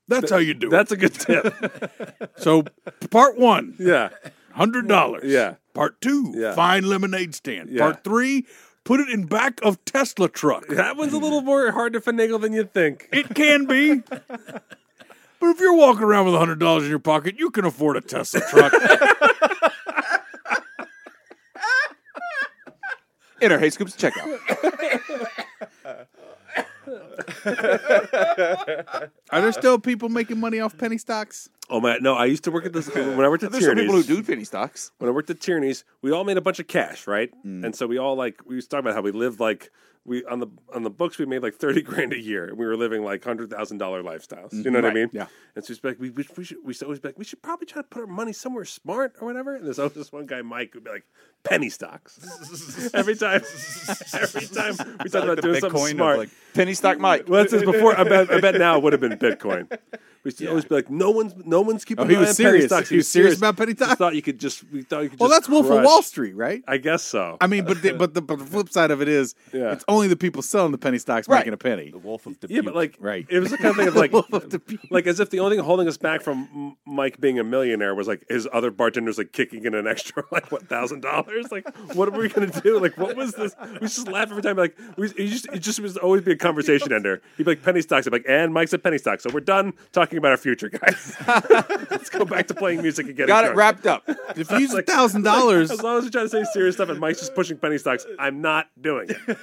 S8: That's how you do
S3: That's a good tip.
S8: it. So, part one,
S3: yeah.
S8: hundred dollars.
S3: Yeah.
S8: Part two,
S3: Yeah.
S8: fine lemonade stand.
S3: Yeah.
S8: Part three, put it in back of Tesla truck.
S3: That one's a little more hard to finagle than you'd think.
S8: It can be. But if you're walking around with hundred dollars in your pocket, you can afford a Tesla truck.
S2: Enter Hey Scoops checkout.
S1: Are there still people making money off penny stocks?
S3: Oh my! No, I used to work at this when I worked at
S2: There's some people who
S3: Tierney's.
S2: do penny stocks.
S3: When I worked at Tierney's, we all made a bunch of cash, right?
S6: Mm.
S3: And so we all like we was talking about how we lived like we on the on the books we made like thirty grand a year, and we were living like hundred thousand dollar lifestyles. You
S6: Mm-hmm.
S3: know what I mean?
S1: yeah.
S3: And so it's like we, we, we should we should always be like we should probably try to put our money somewhere smart or whatever. And there's always this one guy Mike who'd be like penny stocks every time. Every time we talk about
S6: the
S3: doing
S6: Bitcoin
S3: something
S6: of,
S3: smart.
S6: like-
S2: Penny stock Mike.
S3: Well, that's just before. I bet. I bet now it would have been Bitcoin. We used to always be like, no one's, no one's keeping.
S1: Oh, he
S3: an
S1: was
S3: eye on penny
S1: serious.
S3: Stocks.
S1: He was serious about penny
S3: Just
S1: stocks?
S3: Thought you could just. We thought you could.
S1: Well,
S3: just
S1: that's Wolf
S3: crush.
S1: of Wall Street, right?
S3: I guess so.
S1: I mean, but the, but the but the flip side of it is,
S3: Yeah.
S1: it's only the people selling the penny stocks
S2: Right.
S1: making a penny.
S6: The Wolf of Dubuque.
S3: yeah, but like,
S1: Right.
S3: It was the kind of thing of like,
S1: Wolf of Dubuque.
S3: like as if the only thing holding us back from M- Mike being a millionaire was like his other bartenders like kicking in an extra like what thousand dollars. Like, what are we gonna do? Like, what was this? We just laugh every time. Like, we it just it just was always be a conversation ender. He'd be like penny stocks. I'm like, and Mike's a penny stock. So we're done talking about our future, guys. Let's go back to playing music and get
S2: Got it
S3: drunk.
S2: wrapped up.
S1: If you use a thousand dollars,
S3: As long as you're trying to say serious stuff and Mike's just pushing penny stocks, I'm not doing it.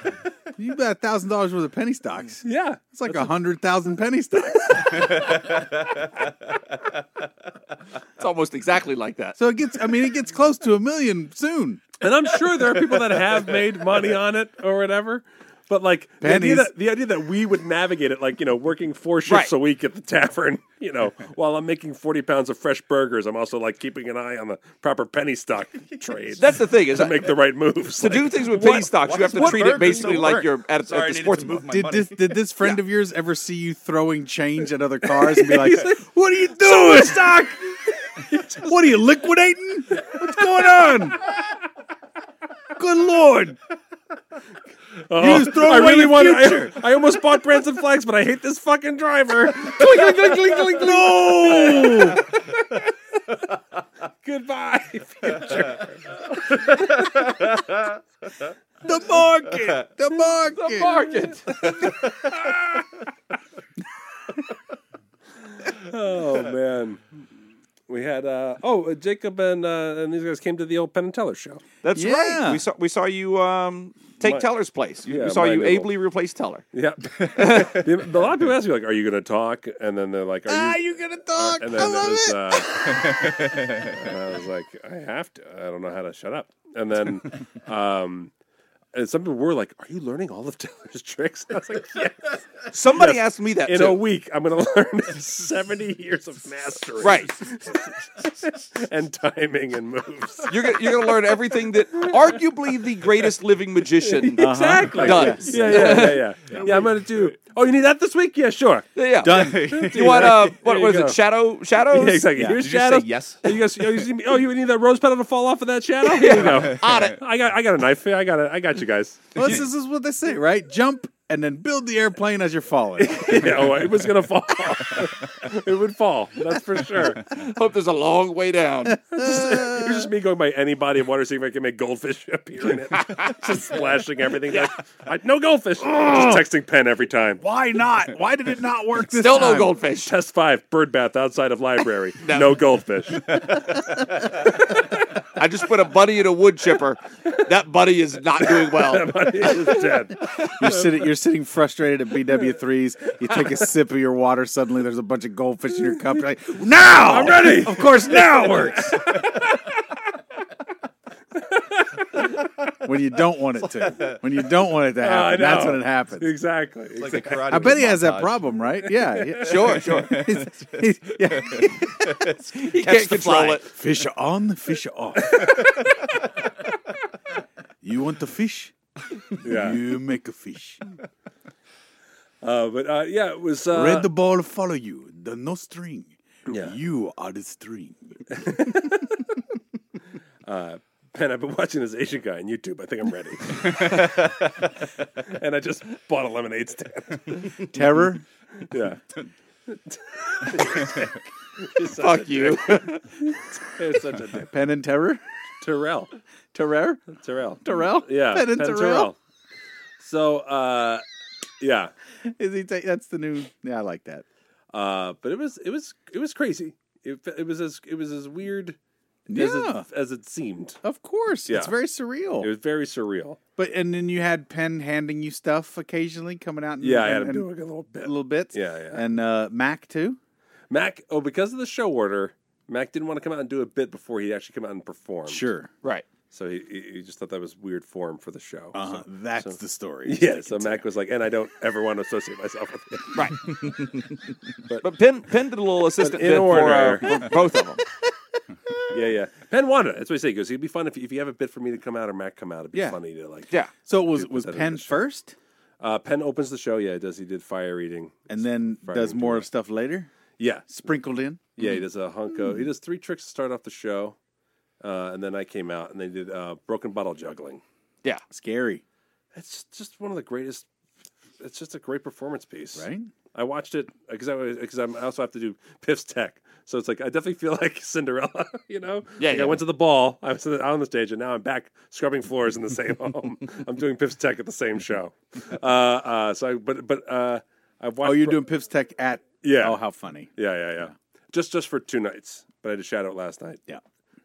S1: you bet a thousand dollars worth of penny stocks.
S3: Yeah.
S1: It's like a hundred thousand penny stocks.
S2: It's almost exactly like that.
S1: So it gets. I mean, it gets close to a million soon.
S3: And I'm sure there are people that have made money on it or whatever. But like the idea,
S1: Pennies.
S3: that, the idea that we would navigate it, like you know, working four shifts
S2: Right.
S3: a week at the tavern, you know, while I'm making forty pounds of fresh burgers, I'm also like keeping an eye on the proper penny stock trades
S2: That's the thing is
S3: to make the right moves.
S2: to do things with penny stocks, you have to treat it basically like
S9: your
S2: you're at, at the sports book.
S1: Did this did this friend of yours ever see you throwing change at other cars and be like, "What are you doing, stock? what are you liquidating? What's going on? Good lord!
S3: Oh,
S1: just throw
S3: I
S1: away
S3: really
S1: your
S3: want. I,
S1: future.
S3: I almost bought Branson Flags, but I hate this fucking driver.
S1: No!
S3: Goodbye.
S1: the market, the market, the
S2: Market.
S3: Oh man. We had uh, oh uh, Jacob and uh, and these guys came to the old Penn and Teller show.
S2: That's
S1: Yeah.
S2: right. We saw we saw you um, take
S3: My-
S2: Teller's place. You-
S3: Yeah,
S2: we saw
S3: my
S2: you
S3: new
S2: ably replace Teller.
S3: Yeah, The- a lot of people ask me like, "Are you going to talk?" And then they're like,
S1: Ah,
S3: "Are you?"
S1: you gonna talk?
S3: and
S1: I
S3: then
S1: love
S3: was,
S1: it.
S3: uh, and I was like, "I have to. I don't know how to shut up." And then um, and some people were like, "Are you learning all of Teller's tricks?" I was like, "Yes."
S2: Somebody asked me that
S3: In
S2: too.
S3: a week, I'm going to learn 70 years of mastery,
S2: Right.
S3: and timing and moves.
S2: You're gonna, you're gonna learn everything that arguably the greatest living magician
S3: Exactly.
S2: does.
S3: Yeah, yeah, yeah, yeah. yeah. I'm gonna do. Oh, you need that this week? Yeah, sure.
S2: Yeah, yeah.
S1: Done.
S2: You want uh, what
S3: you
S2: was
S3: go.
S2: it? Shadow shadows.
S3: Yeah, exactly. Here's
S6: Did you
S3: shadow.
S6: say yes?
S3: You guys, oh, you see me- oh, you need that rose petal to fall off of that shadow? Here you go.
S2: On it.
S3: I got, I got a knife. I got it. I got you guys.
S1: Well, this, this is what they say, right? Jump and then build the airplane as you're falling.
S3: Yeah, oh, it was gonna fall. it would fall. That's for sure.
S2: Hope there's a long way down.
S3: It was just me going by any body of water, seeing if I can make goldfish appear in it, just splashing everything. Like, I, no goldfish. just texting Penn every time.
S8: Why not? Why did it not work this
S2: Still no
S8: time?
S2: goldfish.
S3: Test five, bird bath outside of library. no goldfish.
S2: I just put a buddy in a wood chipper. That buddy is not doing well.
S3: Somebody is dead.
S1: You're sitting, you're sitting frustrated at BW3s. You take a sip of your water. Suddenly, there's a bunch of goldfish in your cup. You're like, now I'm ready. Of course, now it works. when you don't want it to, when you don't want it to
S3: I
S1: happen,
S3: know.
S1: that's when it happens.
S3: Exactly.
S9: Like a karate
S1: I bet he
S9: kid
S1: has that
S9: montage.
S1: problem, right? Yeah, he-
S2: Sure, sure.
S1: he's- he's- yeah.
S2: He can't control it.
S1: Fish are on, fish are off. you want the fish?
S3: Yeah.
S1: You make a fish.
S3: Uh, but uh, yeah, it was. Uh,
S1: Red the ball follow you. The no string.
S3: Yeah.
S1: You are the string.
S3: Pen, I've been watching this Asian guy on YouTube. I think I'm ready. and I just bought a lemonade stand.
S1: Terror.
S3: Yeah.
S2: Fuck you.
S3: It's such a dick.
S1: Pen and Terror.
S3: Terrell.
S1: Terror.
S3: Terrell.
S1: Terrell.
S3: Yeah.
S1: Pen and
S3: Penn
S1: Terrell.
S3: So, uh, yeah.
S1: Is he? Ta- that's the new. Yeah, I like that.
S3: Uh, but it was it was it was crazy. It, it was as it was as weird
S1: Yeah.
S3: as it, as it seemed.
S1: Of course, it's
S3: Yeah.
S1: very
S3: It
S1: surreal.
S3: was very surreal.
S1: but and then you had Penn handing you stuff occasionally, coming out. And,
S3: Yeah, I had
S1: and,
S3: him
S1: and
S3: doing a little bit.
S1: little bits.
S3: Yeah, yeah.
S1: And uh, Mac too.
S3: Mac, oh, because of the show order, Mac didn't want to come out and do a bit before he actually come out and perform.
S1: Sure.
S2: right.
S3: So he, he he just thought that was weird form for the show.
S1: Uh-huh.
S3: So-
S1: That's
S3: so-
S1: the story.
S3: Yeah, so Mac was like, and I don't ever want to associate myself with it.
S2: Right. but Penn, Penn did a little assistant
S3: in
S2: bit for, uh,
S3: order.
S2: for both of them.
S3: Yeah, yeah. Penn wanted it. That's what he said. He goes, it'd be fun if, if you have a bit for me to come out or Mac come out. It'd be
S1: Yeah.
S3: funny to like.
S2: Yeah.
S1: So it was
S3: Dude,
S1: was
S3: that is
S1: Penn
S3: the show.
S1: first,
S3: Uh, Penn opens the show. Yeah, he does. He did fire eating.
S1: and then
S3: Friday
S1: does
S3: and
S1: more
S3: Tuesday.
S1: stuff later,
S3: Yeah,
S1: sprinkled in.
S3: yeah. He does a hunko. He does three tricks to start off the show, uh, and then I came out and they did uh, broken bottle juggling.
S1: Scary,
S3: It's just- just one of the greatest. It's just a great performance piece,
S1: right?
S3: I watched it because I because I also have to do Piff's tech, so it's like I definitely feel like Cinderella, you know.
S2: Yeah,
S3: Like,
S2: yeah.
S3: I went to the ball. I was on the stage, and now I'm back scrubbing floors in the same home. I'm doing Piff's tech at the same show. Uh, uh, so, I, but but uh, I've watched.
S1: Oh, you're doing Pips Tech at
S3: Yeah.
S1: Oh, how funny!
S3: Yeah, yeah, yeah, Just just for two nights, but I did shadow it last night.
S1: Yeah.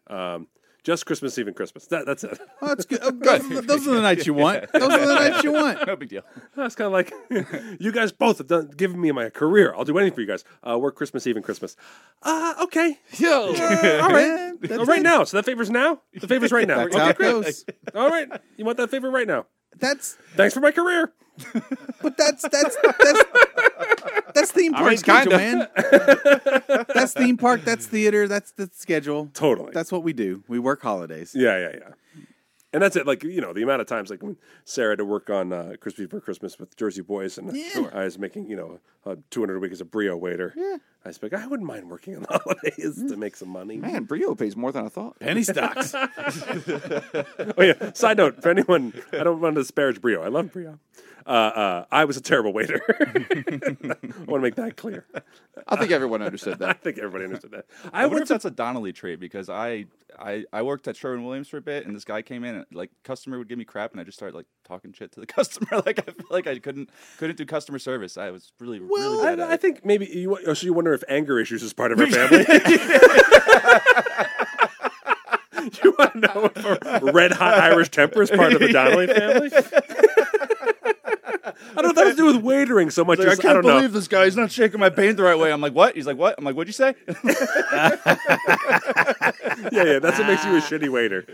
S3: Um, just Christmas Eve and Christmas. That, that's it.
S1: Oh, that's good. Oh, Those, are the- those are the nights you want. Those are the nights you want.
S6: No big deal.
S3: That's kind of like you guys both have done given me my career. I'll do anything for you guys. Uh, work Christmas Eve and Christmas. Uh, okay.
S2: Yo.
S3: all right.
S1: Yeah,
S3: Oh,
S1: that's
S3: right
S1: it.
S3: now. So that favor's now? The favor's right now.
S1: That's how
S3: Okay,
S1: it
S3: great.
S1: goes.
S3: All right. You want that favor right now.
S1: That's
S3: Thanks for my career.
S1: But that's that's that's that's theme park
S2: mean,
S1: schedule,
S2: kinda.
S1: man. that's theme park. That's theater. That's the schedule.
S3: Totally.
S1: That's what we do. We work holidays.
S3: yeah, yeah, yeah. And that's it. Like, you know, the amount of times, like, when Sarah had to work on uh, Crispy for Christmas with Jersey Boys, and uh, I was making, you know, uh, 200 a week as a Brio waiter. Yeah. I was like, I wouldn't mind working on the holidays to
S1: Mm.
S3: make some money.
S2: Man, Brio pays more than I thought.
S1: Penny stocks.
S3: Oh yeah. Side note for anyone, I don't want to disparage Brio. I love Brio. Uh, uh, I was a terrible waiter. I want to make that clear.
S2: I think everyone understood
S3: I
S2: that.
S3: think everybody understood that.
S6: I, wonder
S3: went
S6: if that's a Donnelly trait because I, I I worked at Sherwin Williams for a bit, and this guy came in and like customer would give me crap, and I just started like talking shit to the customer. like I feel like I couldn't couldn't do customer service. I was really really bad at
S3: I, I
S6: it.
S3: think maybe you. oh, So you wonder if anger issues is part of her family. you want to know if a red hot Irish temper is part of the Donnelly family? I don't know if that has to do with waitering so much.
S6: Like, I
S3: as,
S6: can't
S3: I don't
S6: believe
S3: know.
S6: this guy. He's not shaking my paint the right way. I'm like, what? He's like, what? I'm like, what'd you say?
S3: Yeah, yeah, that's what makes you a shitty waiter.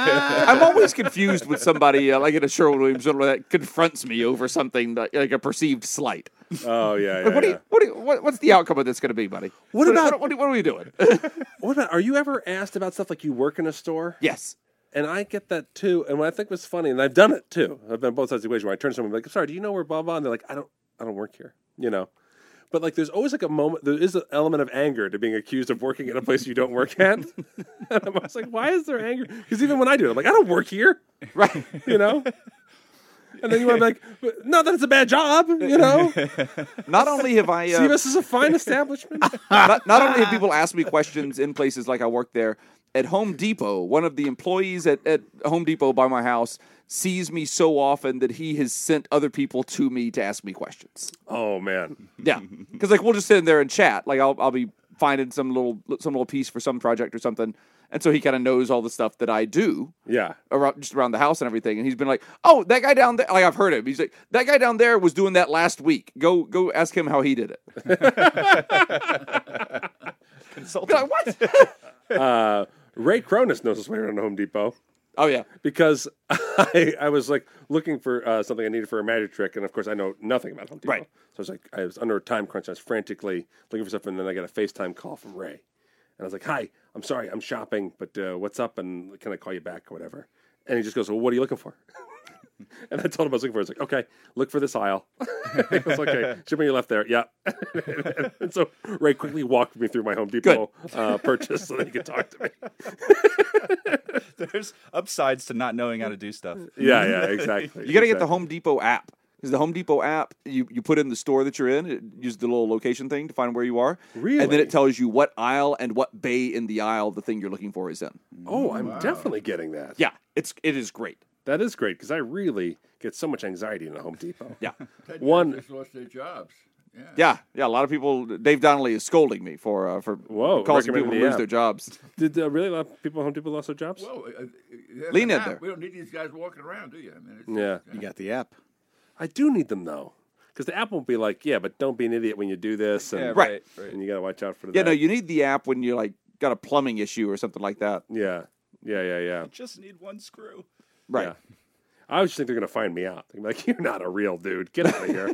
S2: I'm always confused with somebody uh, like at a Sherwin Williams general that confronts me over something that, like a perceived slight.
S3: Oh yeah. yeah,
S2: Like, what, do
S3: yeah.
S2: you, what, do you, what What's the outcome of this going to be, buddy? What,
S3: about-
S2: what, what are we doing?
S3: What about? Are you ever asked about stuff like you work in a store?
S2: yes.
S3: And I get that too. And what I think was funny, and I've done it too. I've been on both sides of the equation where I turn to someone and be like, sorry, do you know where blah blah? And they're like, I don't I don't work here. You know? But like there's always like a moment there is an element of anger to being accused of working at a place you don't work at. and I'm always like, why is there anger? Because even when I do it, I'm like, I don't work here.
S2: Right.
S3: You know? And then you want to be like, "But not that it's a bad job, you know?
S2: Not only have I uh,
S3: CBS is a fine establishment.
S2: not, not only have people asked me questions in places like I work there, at Home Depot, one of the employees at, at Home Depot by my house sees me so often that he has sent other people to me to ask me questions.
S3: oh man.
S2: Yeah, because like we'll just sit in there and chat. Like I'll I'll be finding some little some little piece for some project or something, and so he kind of knows all the stuff that I do
S3: Yeah.
S2: around just around the house and everything. And he's been like, "Oh, that guy down there." Like I've heard him. He's like, "That guy down there was doing that last week. Go go ask him how he did it." Be like, what?
S3: Uh, Ray Cronus knows his way around Home Depot.
S2: oh yeah,
S3: because I, I was like looking for uh, something I needed for a magic trick, and of course I know nothing about Home Depot.
S2: Right.
S3: So I was like, I was under a time crunch. I was frantically looking for stuff, and then I got a FaceTime call from Ray, and I was like, "Hi, I'm sorry, I'm shopping, but uh, what's up? And can I call you back or whatever?" And he just goes, "Well, what are you looking for?" And I told him I was looking for. it. He's like, okay, look for this aisle. I was okay. Show me your left there. Yeah. and so Ray quickly walked me through my Home Depot uh, purchase so that he could talk to me.
S9: There's upsides to not knowing how to do stuff.
S3: Yeah, yeah, exactly.
S2: You got to get the
S3: exactly.
S2: Home Depot app. Because the Home Depot app, you, you put in the store that you're in, it uses the little location thing to find where you are. And then
S3: Really?
S2: it tells you what aisle and what bay in the aisle the thing you're looking for is in.
S3: Oh, I'm definitely getting that.
S2: Yeah, it's it is great.
S3: That is great because I really get so much anxiety in a Home Depot.
S2: Yeah.
S7: That
S3: One-
S7: just lost their jobs. Yeah.
S2: Yeah, yeah. A lot of people. Dave Donnelly is scolding me for uh, for
S3: Whoa,
S2: causing people
S3: recommended
S2: to
S3: the
S2: lose
S3: app.
S2: their jobs.
S3: Did uh, really a lot of people at Home Depot lost their jobs?
S7: Well, uh, uh, there's
S2: Lean
S7: an
S2: in
S7: app.
S2: there.
S7: We don't need these guys walking around, do you? I mean, it's,
S3: Yeah.
S1: You got the app.
S3: I do need them though, because the app won't be like, yeah, but don't be an idiot when you do this, and
S6: Yeah,
S2: Right.
S6: right. right.
S3: and you got to watch out for that.
S2: Yeah, no, you need the app when you like got a plumbing issue or something like that.
S3: yeah, yeah, yeah, yeah.
S9: Just need one screw.
S2: Right.
S3: Yeah. I just think they're gonna find me out. They're gonna be like, you're not a real dude. Get out of here.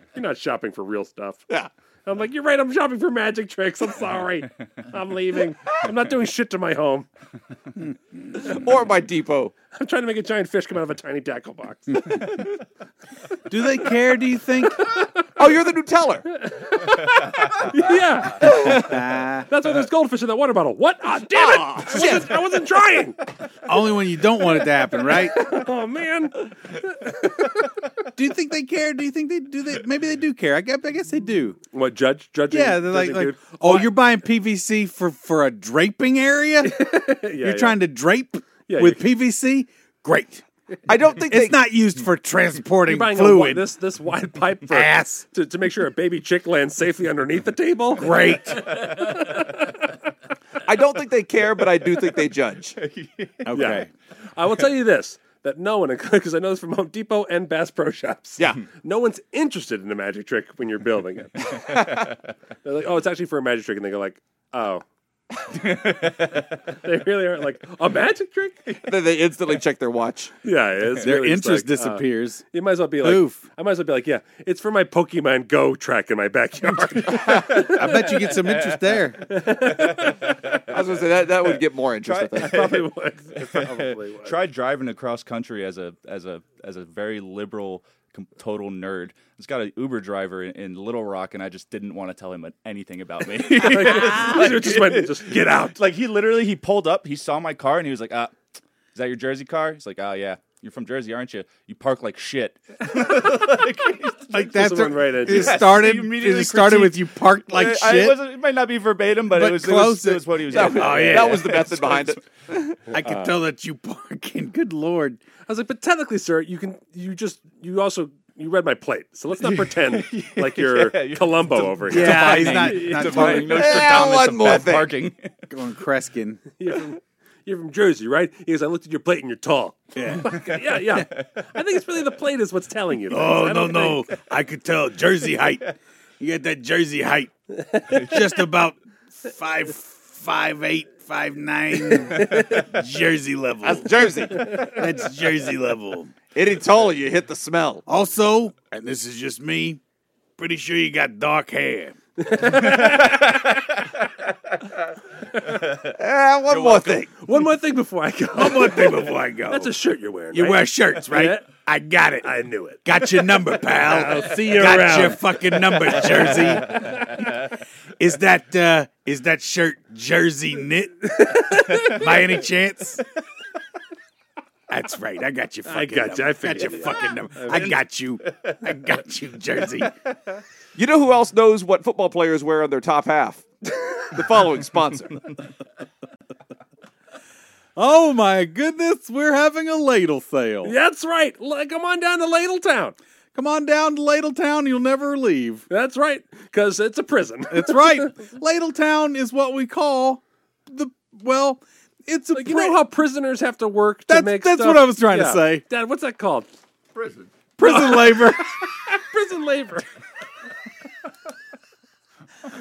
S3: you're not shopping for real stuff.
S2: Yeah.
S3: I'm like, you're right. I'm shopping for magic tricks. I'm sorry. I'm leaving. I'm not doing shit to my home.
S2: or my depot.
S3: I'm trying to make a giant fish come out of a tiny tackle box.
S1: Do they care? Do you think?
S2: Oh, you're the new teller.
S3: yeah.
S1: Ah,
S3: That's why there's goldfish in that water bottle. What? Ah, damn it! I, wasn't, I wasn't trying.
S1: only when you don't want it to happen, right?
S3: Oh man.
S1: Do you think they care? Do you think they do? They maybe they do care. I guess, I guess they do.
S3: What judge? Judging?
S1: Yeah, they're like,
S3: judging
S1: like
S3: dude?
S1: oh, you're buying PVC for for a draping area.
S3: Yeah,
S1: you're
S3: yeah.
S1: trying to drape
S3: Yeah,
S1: with
S3: you-
S1: PVC. Great.
S2: I don't think
S1: It's
S2: they,
S1: not used for transporting
S3: You're buying a wi-
S1: fluid.
S3: this this wide pipe for,
S1: Ass.
S3: to to make sure a baby chick lands safely underneath the table.
S1: Great.
S2: I don't think they care, but I do think they judge.
S1: Okay.
S3: I will tell you this. That no one, because I know this from Home Depot and Bass Pro Shops.
S2: Yeah.
S3: no one's interested in a magic trick when you're building it. They're like, oh, it's actually for a magic trick, and they go like, oh, they really aren't like a magic trick.
S2: Then they instantly check their watch.
S3: Yeah, it's
S1: Their
S3: really just
S1: interest
S3: like, uh,
S1: disappears.
S3: You might as well be like,
S1: Oof.
S3: I might as well be like, yeah, it's for my Pokemon Go track in my backyard.
S1: I bet you get some interest there.
S2: I was gonna say that that would get more interest. I think.
S3: probably was. It probably was.
S9: Try driving across country as a as a as a very liberal, com- total nerd. It's got an Uber driver in, in Little Rock, and I just didn't want to tell him anything about me.
S3: Like, just, went, just get out.
S9: like he literally he pulled up, he saw my car, and he was like, "Ah, is that your Jersey car?" He's like, "Oh yeah, you're from Jersey, aren't you? You park like shit."
S1: Like that's
S3: someone right at
S1: it
S3: you. Yes,
S1: started.
S9: he immediately
S1: It started
S9: critiqued-
S1: with you parked like
S9: I- I- it,
S1: shit.
S9: wasn't, it might not be verbatim, but,
S1: But
S9: it was it
S1: close
S9: was,
S1: it.
S9: it was what he was.
S2: That,
S9: doing.
S1: Oh,
S2: that was the method behind it.
S1: I could tell that you parking. Good lord.
S3: I was like, but technically, sir, you can. You just. You also. You read my plate, so let's not pretend like you're
S9: Yeah, you're-
S3: Columbo over here.
S1: Yeah, he's not, not
S9: Defining
S1: totally-
S9: no
S2: Yeah,
S9: Stradamus
S2: one
S9: of
S2: more
S9: bad
S2: thing.
S9: parking.
S1: going Kreskin.
S3: You're from, you're from Jersey, right? He goes, I looked at your plate and you're tall.
S1: Yeah.
S3: Yeah, yeah. I think it's really the plate is what's telling you. this.
S1: Oh
S3: I
S1: no
S3: don't
S1: no! I could tell Jersey height. You got that Jersey height, just about five five eight five nine Jersey level.
S2: That's Jersey.
S1: That's Jersey level.
S2: Any taller, you hit the smell.
S1: Also, and this is just me. Pretty sure you got dark hair. Uh,
S2: Ah, one more thing.
S3: think- One more thing before I go.
S1: One more thing before I go.
S3: That's a shirt you're wearing.
S1: you
S3: right?
S1: wear shirts, right?
S3: Yeah.
S1: I got it.
S3: I knew it.
S1: Got your number, pal.
S3: I'll see you
S1: Got
S3: around.
S1: your fucking number, Jersey. is that uh, is that shirt Jersey knit by any chance? That's right. I got your fucking.
S3: got you.
S1: number.
S3: I
S1: got your
S3: figured it
S1: fucking number. I got you. I got you, Jersey.
S2: You know who else knows what football players wear on their top half? the following sponsor.
S1: Oh my goodness, we're having a ladle sale.
S3: That's right. L- Come on down to Ladle Town.
S1: Come on down to Ladle Town. You'll never leave.
S3: That's right, because it's a prison.
S1: That's right. Ladle Town is what we call the well. It's a
S3: you know
S1: pri-
S3: how prisoners have to work to
S1: That's-
S3: make
S1: that's
S3: stuff?
S1: what I was trying to say.
S3: Dad, what's that called?
S7: Prison.
S1: prison labor.
S3: Prison labor.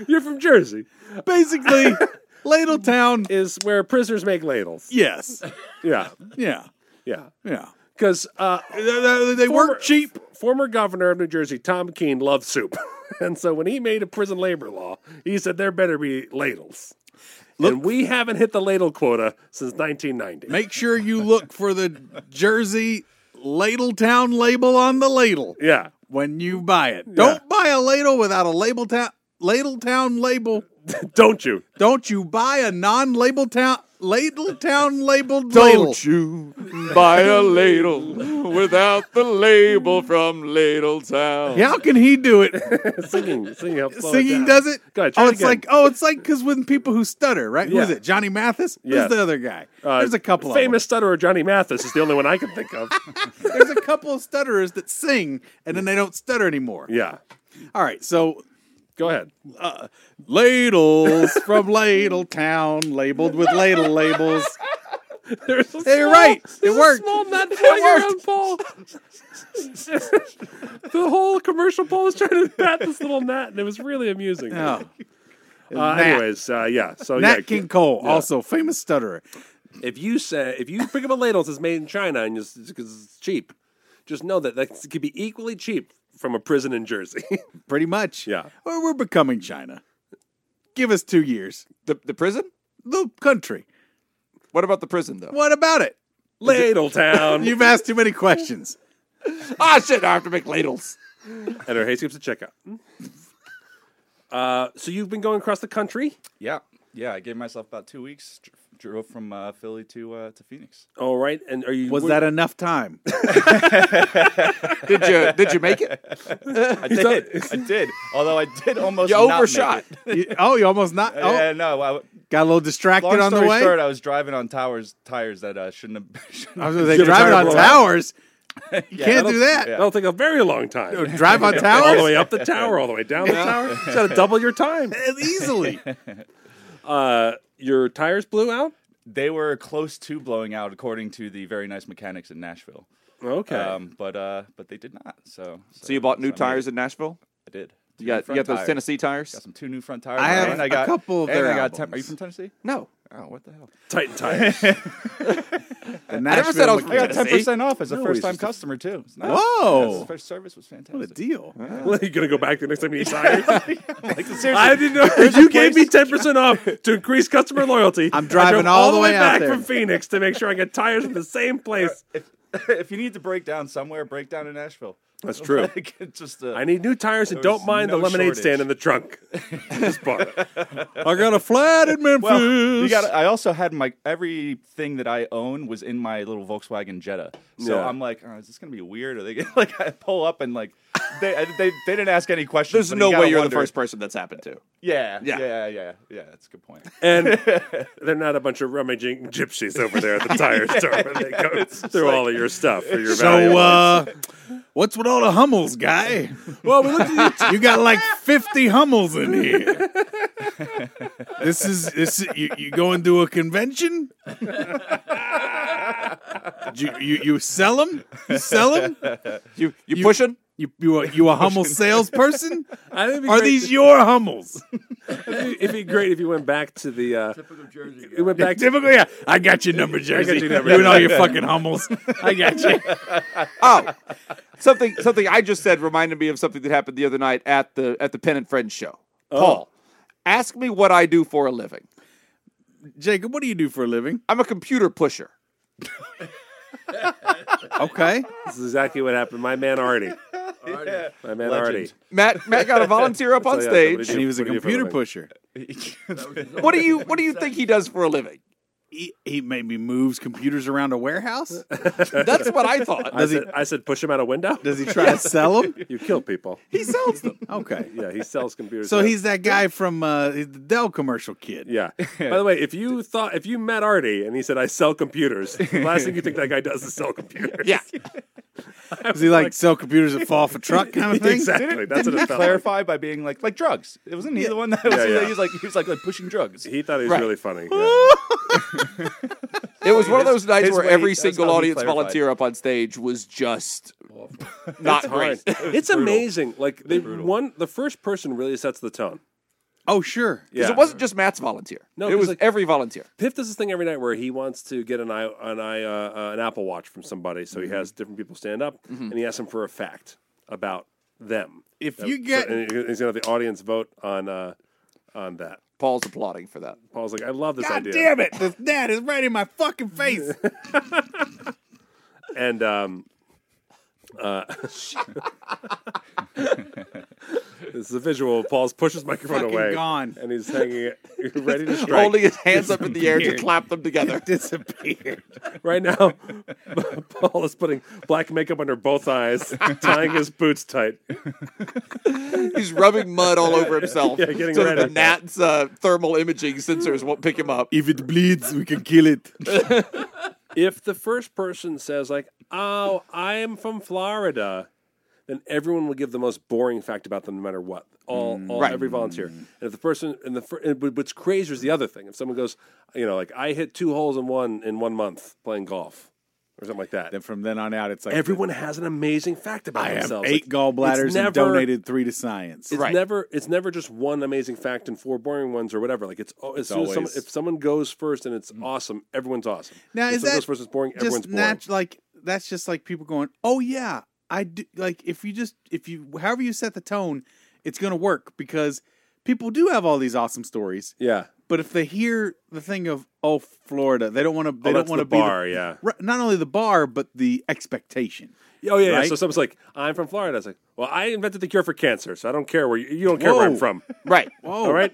S3: You're from Jersey.
S1: Basically, Ladle Town.
S3: Is where prisoners make ladles.
S1: Yes.
S3: Yeah.
S1: Yeah.
S3: Yeah.
S1: Yeah.
S3: Because uh,
S1: They, they- they
S3: Former-
S1: work cheap.
S3: former governor of New Jersey, Tom Keene, loved soup. and so when he made a prison labor law, he said there better be ladles. and we haven't hit the ladle quota since 1990.
S1: Make sure you look for the Jersey Ladle Town label on the ladle
S3: Yeah.
S1: when you buy it. Don't buy a ladle without a label town ladle town label.
S3: Don't you?
S1: Don't you buy a non-label town ladle town labeled ladle.
S2: Don't you buy a ladle without the label from Ladle Town.
S1: How can he do it?
S3: singing, singing helps. slow
S1: Singing
S3: it down.
S1: does it.
S3: Go ahead, try
S1: oh,
S3: it
S1: it's like oh, it's like because when people who stutter, right? Who is
S3: Yeah.
S1: it? Johnny Mathis.
S3: Yeah.
S1: Who's the other guy?
S3: Uh,
S1: oh, There's a couple.
S3: Famous stutterer Johnny Mathis is the only one I can think of.
S1: Of them. There's a couple of stutterers that sing and then they don't stutter anymore.
S3: yeah.
S1: All right, so
S3: Go ahead.
S1: ladles from Ladle Town, labeled with ladle labels.
S3: There's a
S1: Hey, you're right. It worked.
S3: small nut for your own ball. the whole commercial ball was trying to bat this little gnat, and it was really amusing.
S1: Oh.
S3: Uh,
S1: Nat.
S3: anyways, uh, yeah. So
S1: Nat
S3: yeah,
S1: King Cole, also famous stutterer.
S3: if you say if you pick up a ladle that's made in China and just because it's cheap, just know that that could be equally cheap from a prison in Jersey.
S1: Pretty much.
S3: Yeah.
S1: Or we're becoming China. Give us two years.
S2: The, the prison?
S1: The country.
S2: What about the prison, though?
S1: What about it?
S3: ladle Town.
S1: You've asked too many questions.
S2: Ah, shit, I have to make ladles.
S3: and our hay skips a checkout. Uh, so you've been going across the country.
S6: Yeah, yeah. I gave myself about two weeks. dr- Drove from uh, Philly to uh, to Phoenix.
S3: All right, and are you
S1: Was that enough time?
S2: Did you did you make it?
S6: I did. I did. Although I did almost
S2: You
S6: not make
S2: overshot.
S6: it. Uh,
S1: You- oh, you almost not. Oh,
S6: Yeah, no. I,
S1: got a little distracted
S6: long
S1: on the
S6: story
S1: way.
S6: short, I was driving on towers tires that uh, shouldn't have. Shouldn't
S1: I
S6: have
S1: was going to say,
S3: Should've
S1: driving
S3: tried
S1: on
S3: to blow
S1: towers. You
S6: Yeah,
S1: can't
S6: I
S1: do
S6: don't-
S1: that.
S6: yeah.
S3: That'll take a very long time.
S1: Drive on
S3: all the way
S1: towers
S3: up the tower, all the way down the tower. You gotta double your time.
S1: easily.
S3: Uh, your tires blew out.
S6: they were close to blowing out, according to the very nice mechanics in Nashville.
S3: Okay.
S6: Um, but uh, but they did not. So
S2: So you bought new
S6: I made
S2: tires
S6: it.
S2: in Nashville?
S6: I did.
S2: You
S6: Two
S2: got you
S6: front
S2: got those
S6: tires.
S2: Tennessee
S6: Got
S2: tires?
S6: some two new front tires.
S1: I have
S6: and
S1: a
S6: I got,
S1: couple of
S6: and
S1: their
S6: I got ten- Are
S1: albums.
S6: you from Tennessee?
S2: No.
S6: Oh, what the hell!
S3: Titan tires.
S1: The
S2: never said I was-
S1: Nashville
S6: I got ten
S2: Tennessee?
S6: percent off as a
S3: No, he's
S6: first time
S3: just a-
S6: customer too. It's nice.
S1: Whoa.
S6: Yes, first service was
S1: What a
S6: fantastic.
S1: deal.
S3: well, you're gonna go back the next time you need tires.
S6: Like, seriously,
S3: I didn't know you gave me ten percent off to increase customer loyalty.
S1: I'm
S3: I
S1: driving
S3: drove
S1: all the way out
S3: back
S1: there.
S3: from Phoenix to make sure I get tires from the same place.
S6: if, if you need to break down somewhere, break down in Nashville.
S3: That's true.
S6: Like, it's just uh,
S3: I need new tires and
S6: There was
S3: don't mind the
S6: no
S3: lemonade
S6: shortage.
S3: stand in the trunk. Just borrow it.
S1: I got a flat in Memphis.
S6: Well, you got. I also had my everything that I own was in my little Volkswagen Jetta. So
S3: Yeah.
S6: I'm like, oh, is this gonna be weird? Are they gonna, like? I pull up and like, they they, they didn't ask any questions.
S2: There's
S6: but
S2: no
S6: you gotta
S2: way you're the
S6: wonder-
S2: first person that's happened to.
S6: Yeah,
S2: Yeah.
S6: yeah, yeah, yeah, yeah. That's a good point.
S3: And they're not a bunch of rummaging gypsies over there at the tire store. When they go through all of your stuff for your
S1: So, uh, what's with all the Hummels, guy? Well, we looked at you. You got like 50 Hummels in here. this is this. is- You, you going to a convention? you, you you sell them? You sell them?
S2: You you, pushing?
S1: You you a, you a Hummel salesperson?
S3: I think it'd be
S1: Are
S3: great-
S1: these your Hummels?
S3: It'd be great if you went back to the. Uh,
S7: Typical Jersey
S3: you
S7: guy.
S3: went back to.
S1: Typically, yeah. I got your number, Jersey.
S3: your number,
S1: you and all your fucking Hummels. I got you.
S2: Oh, something something I just said reminded me of something that happened the other night at the at the Penn and Friends show.
S3: Oh.
S2: Paul, ask me what I do for a living.
S1: Jacob, what do you do for a living?
S2: I'm a computer pusher.
S1: Okay.
S3: This is exactly what happened. My man Artie.
S7: Alrighty.
S3: My man
S6: Legend.
S3: Artie.
S2: Matt Matt got a volunteer up on
S3: That's all you have to
S2: stage.
S3: do.
S1: And he was a
S3: What do you do for a
S1: computer
S3: living?
S1: pusher.
S7: That was his
S2: What do
S7: own-
S2: you what do you think he does for a living?
S1: He, he maybe moves computers around a warehouse.
S2: That's what I thought.
S3: I
S1: he-
S3: said, I said, push him out a window.
S1: Does he try to sell them?
S3: You kill people.
S2: He sells them.
S1: Okay.
S3: Yeah, he sells computers.
S1: So
S3: Yeah.
S1: he's that guy from uh, the Dell commercial kid.
S3: Yeah. By the way, if you thought if you met Artie and he said I sell computers, the last thing you think that guy does is sell computers.
S2: Yeah.
S1: Does he like sell computers that fall off a truck kind of thing?
S3: exactly. That's what it felt like.
S6: Clarify by being like, like drugs. It wasn't he the one that was,
S3: Yeah, yeah.
S6: he was like, he was like, like pushing drugs.
S3: He thought he was
S2: Right.
S3: really funny. yeah.
S2: It was one of those nights
S6: his
S2: where
S6: way-
S2: every
S6: that's
S2: single
S6: how he
S2: audience
S6: clarified.
S2: volunteer up on stage was just not great.
S3: It's amazing. Like they one the first person really sets the tone.
S1: Oh, sure.
S2: Because it wasn't just Matt's volunteer.
S3: No,
S2: it
S3: 'cause,
S2: was
S3: like-
S2: every volunteer.
S3: Piff does this thing every night where he wants to get an eye, an eye, uh, uh, an Apple Watch from somebody. So
S1: Mm-hmm.
S3: he has different people stand up, and he asks them for a fact about them.
S1: If
S3: Uh,
S1: you
S3: so-
S1: get-
S3: and he- he's gonna have the audience vote on uh, on that.
S2: Paul's applauding for that.
S3: Paul's like, I love this
S1: God
S3: idea.
S1: damn it. This dad is right in my fucking face.
S3: And um, Uh, this is a visual. Paul's pushed his microphone
S1: Fucking
S3: away,
S1: gone.
S3: and he's hanging it, ready to strike.
S2: Holding his hands up in the air to
S1: Disappeared.
S2: clap them together.
S1: Disappeared.
S3: Right now, Paul is putting black makeup under both eyes, tying his boots tight.
S2: He's rubbing mud all over himself.
S3: Yeah, getting
S2: so that
S3: ready.
S2: the Nat's uh, thermal imaging sensors won't pick him up.
S8: If it bleeds, we can kill it.
S3: If the first person says like, "Oh, I am from Florida," then everyone will give the most boring fact about them, no matter what. All,
S1: Mm.
S3: all
S2: Right.
S3: every volunteer. And if the person and the fir- and what's crazier is the other thing. If someone goes, you know, like I hit two holes in one in one month playing golf, or something like that.
S1: Then from then on out, it's like
S3: Everyone has an amazing fact about
S1: I have
S3: themselves.
S1: eight
S3: Like,
S1: gallbladders
S3: it's
S1: and
S3: never-
S1: donated three to science.
S3: It's
S2: Right.
S3: never it's never just one amazing fact and four boring ones or whatever. Like it's, oh, as soon as someone,
S1: always- Mm.
S3: if someone goes first and it's awesome, everyone's awesome.
S1: Now
S3: if
S1: is
S3: someone
S1: that
S3: goes first, it's boring. Everyone's
S1: just
S3: boring.
S1: nat- like that's just like people going, oh yeah, I do. Like if you just if you however you set the tone, it's gonna work because people do have all these awesome stories.
S3: yeah,
S1: But if they hear the thing of oh Florida, they don't want to. They
S3: oh,
S1: don't
S3: that's
S1: want
S3: the
S1: to be the-
S3: bar. yeah.
S1: Right, not only the bar but the expectation.
S3: Oh yeah, yeah.
S1: Right?
S3: So someone's like, "I'm from Florida." I was like, "Well, I invented the cure for cancer, so I don't care where you, you don't care where I'm
S1: Whoa.
S3: from.
S2: Right.
S1: Whoa!
S3: All right,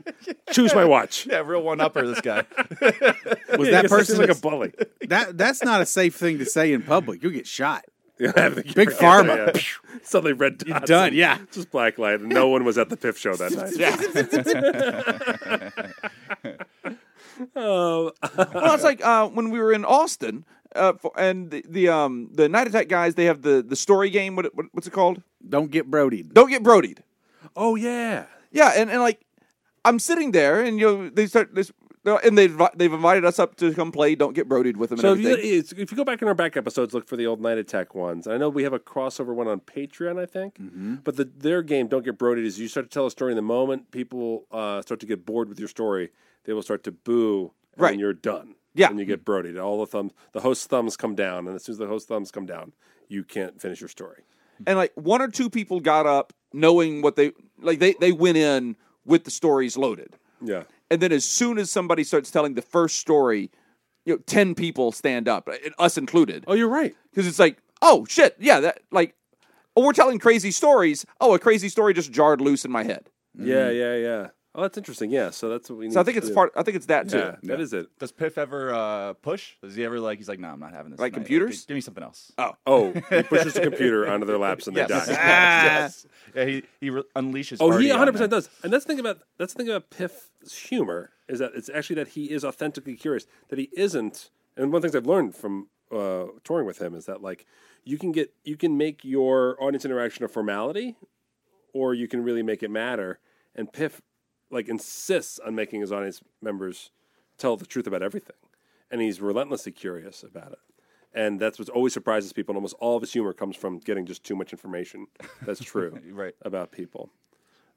S3: choose my watch."
S9: Yeah, real one upper. This guy.
S1: was
S3: Yeah,
S1: that
S3: he seems
S1: person
S3: like a bully?
S1: that? That's not a safe thing to say in public. You'll get shot.
S3: Yeah, I have the cure
S1: Big
S3: for cancer,
S1: pharma.
S3: yeah. Suddenly red dots.
S1: done, yeah.
S3: Just black light, and no one was at the Piff show that night. Oh,
S2: well, it's like uh, when we were in Austin, uh, for, and the, the um the night attack guys, they have the the story game. What, what what's it called?
S1: Don't get Brody.
S2: Don't get brodied.
S3: oh yeah.
S2: Yeah, and, and like I'm sitting there, and you know they start this, and they have they've invited us up to come play. Don't get brodied with them.
S3: So if
S2: and
S3: you,
S2: everything.
S3: it's, if you go back in our back episodes, look for the old Night Attack ones. I know we have a crossover one on Patreon, I think.
S2: Mm-hmm.
S3: But the, their game, Don't Get Broded, is you start to tell a story in the moment, people uh, start to get bored with your story. They will start to boo, and
S2: Right.
S3: you're done.
S2: Yeah.
S3: And you get broded. All the thumbs, the host's thumbs come down, and as soon as the host's thumbs come down, you can't finish your story.
S2: and like one or two people got up knowing what they like they they went in with the stories loaded
S3: Yeah.
S2: and then as soon as somebody starts telling the first story you know 10 people stand up and us included
S3: Oh, you're right.
S2: because it's like oh shit yeah that like oh, we're telling crazy stories oh a crazy story just jarred loose in my head
S3: Yeah, yeah, yeah. Oh, that's interesting. Yeah. So that's what we need.
S2: Mm-hmm. so i think it's
S3: to-
S2: part i think it's that too
S3: Yeah, that is it.
S9: Does Piff ever uh, push? Does he ever like? He's like, no, I'm not having this.
S2: Like
S9: tonight.
S2: computers?
S9: Give, give me something else.
S3: Oh, he pushes the computer onto their laps and they
S9: yes.
S3: die.
S9: yes. Yeah, he he re- unleashes.
S3: Ah. Oh,
S9: Artie
S3: he
S9: on uh,
S3: 100 percent
S9: them.
S3: does, and that's the thing about that's the thing about Piff's humor is that it's actually that he is authentically curious, that he isn't. And one of the things I've learned from uh, touring with him is that like you can get you can make your audience interaction a formality, or you can really make it matter. And Piff like insists on making his audience members tell the truth about everything, and he's relentlessly curious about it. And that's what always surprises people. And almost all of his humor comes from getting just too much information. That's true,
S9: Right.
S3: About people.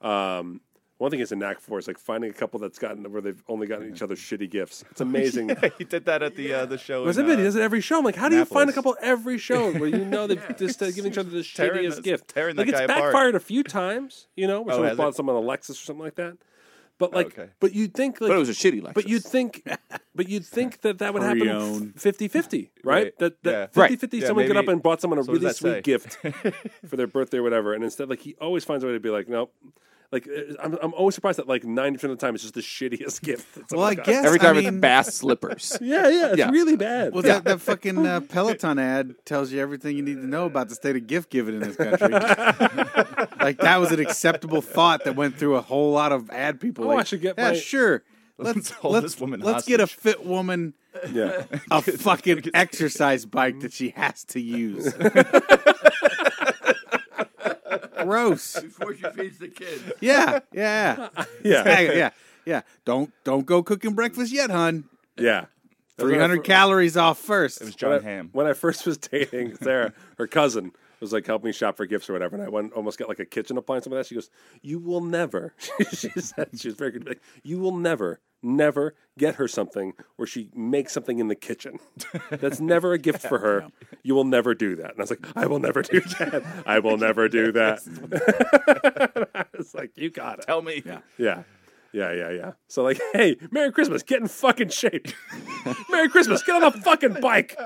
S3: Um, one thing is a knack for is like finding a couple that's gotten where they've only gotten each other shitty gifts. It's amazing.
S9: he did that at the uh, the show.
S3: Was
S9: in,
S3: it been?
S9: uh,
S3: He does it every show. I'm like, how do you find a
S9: Annapolis.
S3: couple every show where you know they've just uh, given each other the
S9: Tearing
S3: shittiest
S9: this-
S3: gift?
S9: tearing
S3: like
S9: that
S3: it's
S9: guy apart.
S3: backfired a few times, you know, where
S9: Oh,
S3: someone
S9: has
S3: bought
S9: it? Oh,
S3: someone a Lexus or something like that. But like,
S9: okay.
S3: but you'd think like
S2: but it was a shitty like
S3: but you'd think, but you'd think that that would happen
S1: Pre-owned.
S3: 50-50, right?
S9: Right.
S3: That,
S9: Yeah.
S3: that 50-50,
S2: Right.
S9: Yeah,
S3: someone got
S9: maybe-
S3: up and bought someone a
S9: so what
S3: really
S9: does
S3: sweet
S9: that
S3: gift for their birthday or whatever, and instead, like he always finds a way to be like, nope. Like uh, I'm, I'm always surprised that like ninety percent of the time it's just the shittiest gift. that
S1: Well,
S3: someone
S1: I
S3: got.
S1: guess
S2: every
S1: I
S2: time
S1: mean-
S2: it's bass slippers
S3: Yeah, yeah, it's
S2: Yeah.
S3: really bad.
S1: Well, that, that fucking uh, Peloton ad tells you everything you need to know about the state of gift giving in this country. like that was an acceptable thought that went through a whole lot of ad people.
S3: Oh,
S1: like,
S3: I should get
S1: yeah,
S3: my-
S1: sure. Let's
S9: hold
S1: let's,
S9: this woman
S1: Let's get a fit woman
S3: yeah.
S1: a fucking exercise bike that she has to use. Gross.
S7: Before she feeds the kids.
S1: Yeah, yeah,
S3: Yeah,
S1: yeah, yeah, yeah. Don't don't go cooking breakfast yet, hun.
S3: yeah.
S1: Three hundred calories off first.
S9: It was
S3: When I-
S9: John Hamm.
S3: When I first was dating Sarah, her cousin was like, "Help me shop for gifts or whatever," and I went, almost got like a kitchen appliance. Some of that. She goes, "You will never." she said she was very good. Like, you will never, never get her something where she makes something in the kitchen. That's never a gift for her. You will never do that. And I was like, "I will never do that. I will never do that." I was like, "You got it."
S9: Tell me.
S3: Yeah. Yeah, yeah, yeah. So like, hey, Merry Christmas, get in fucking shape. Merry Christmas, get on the fucking bike.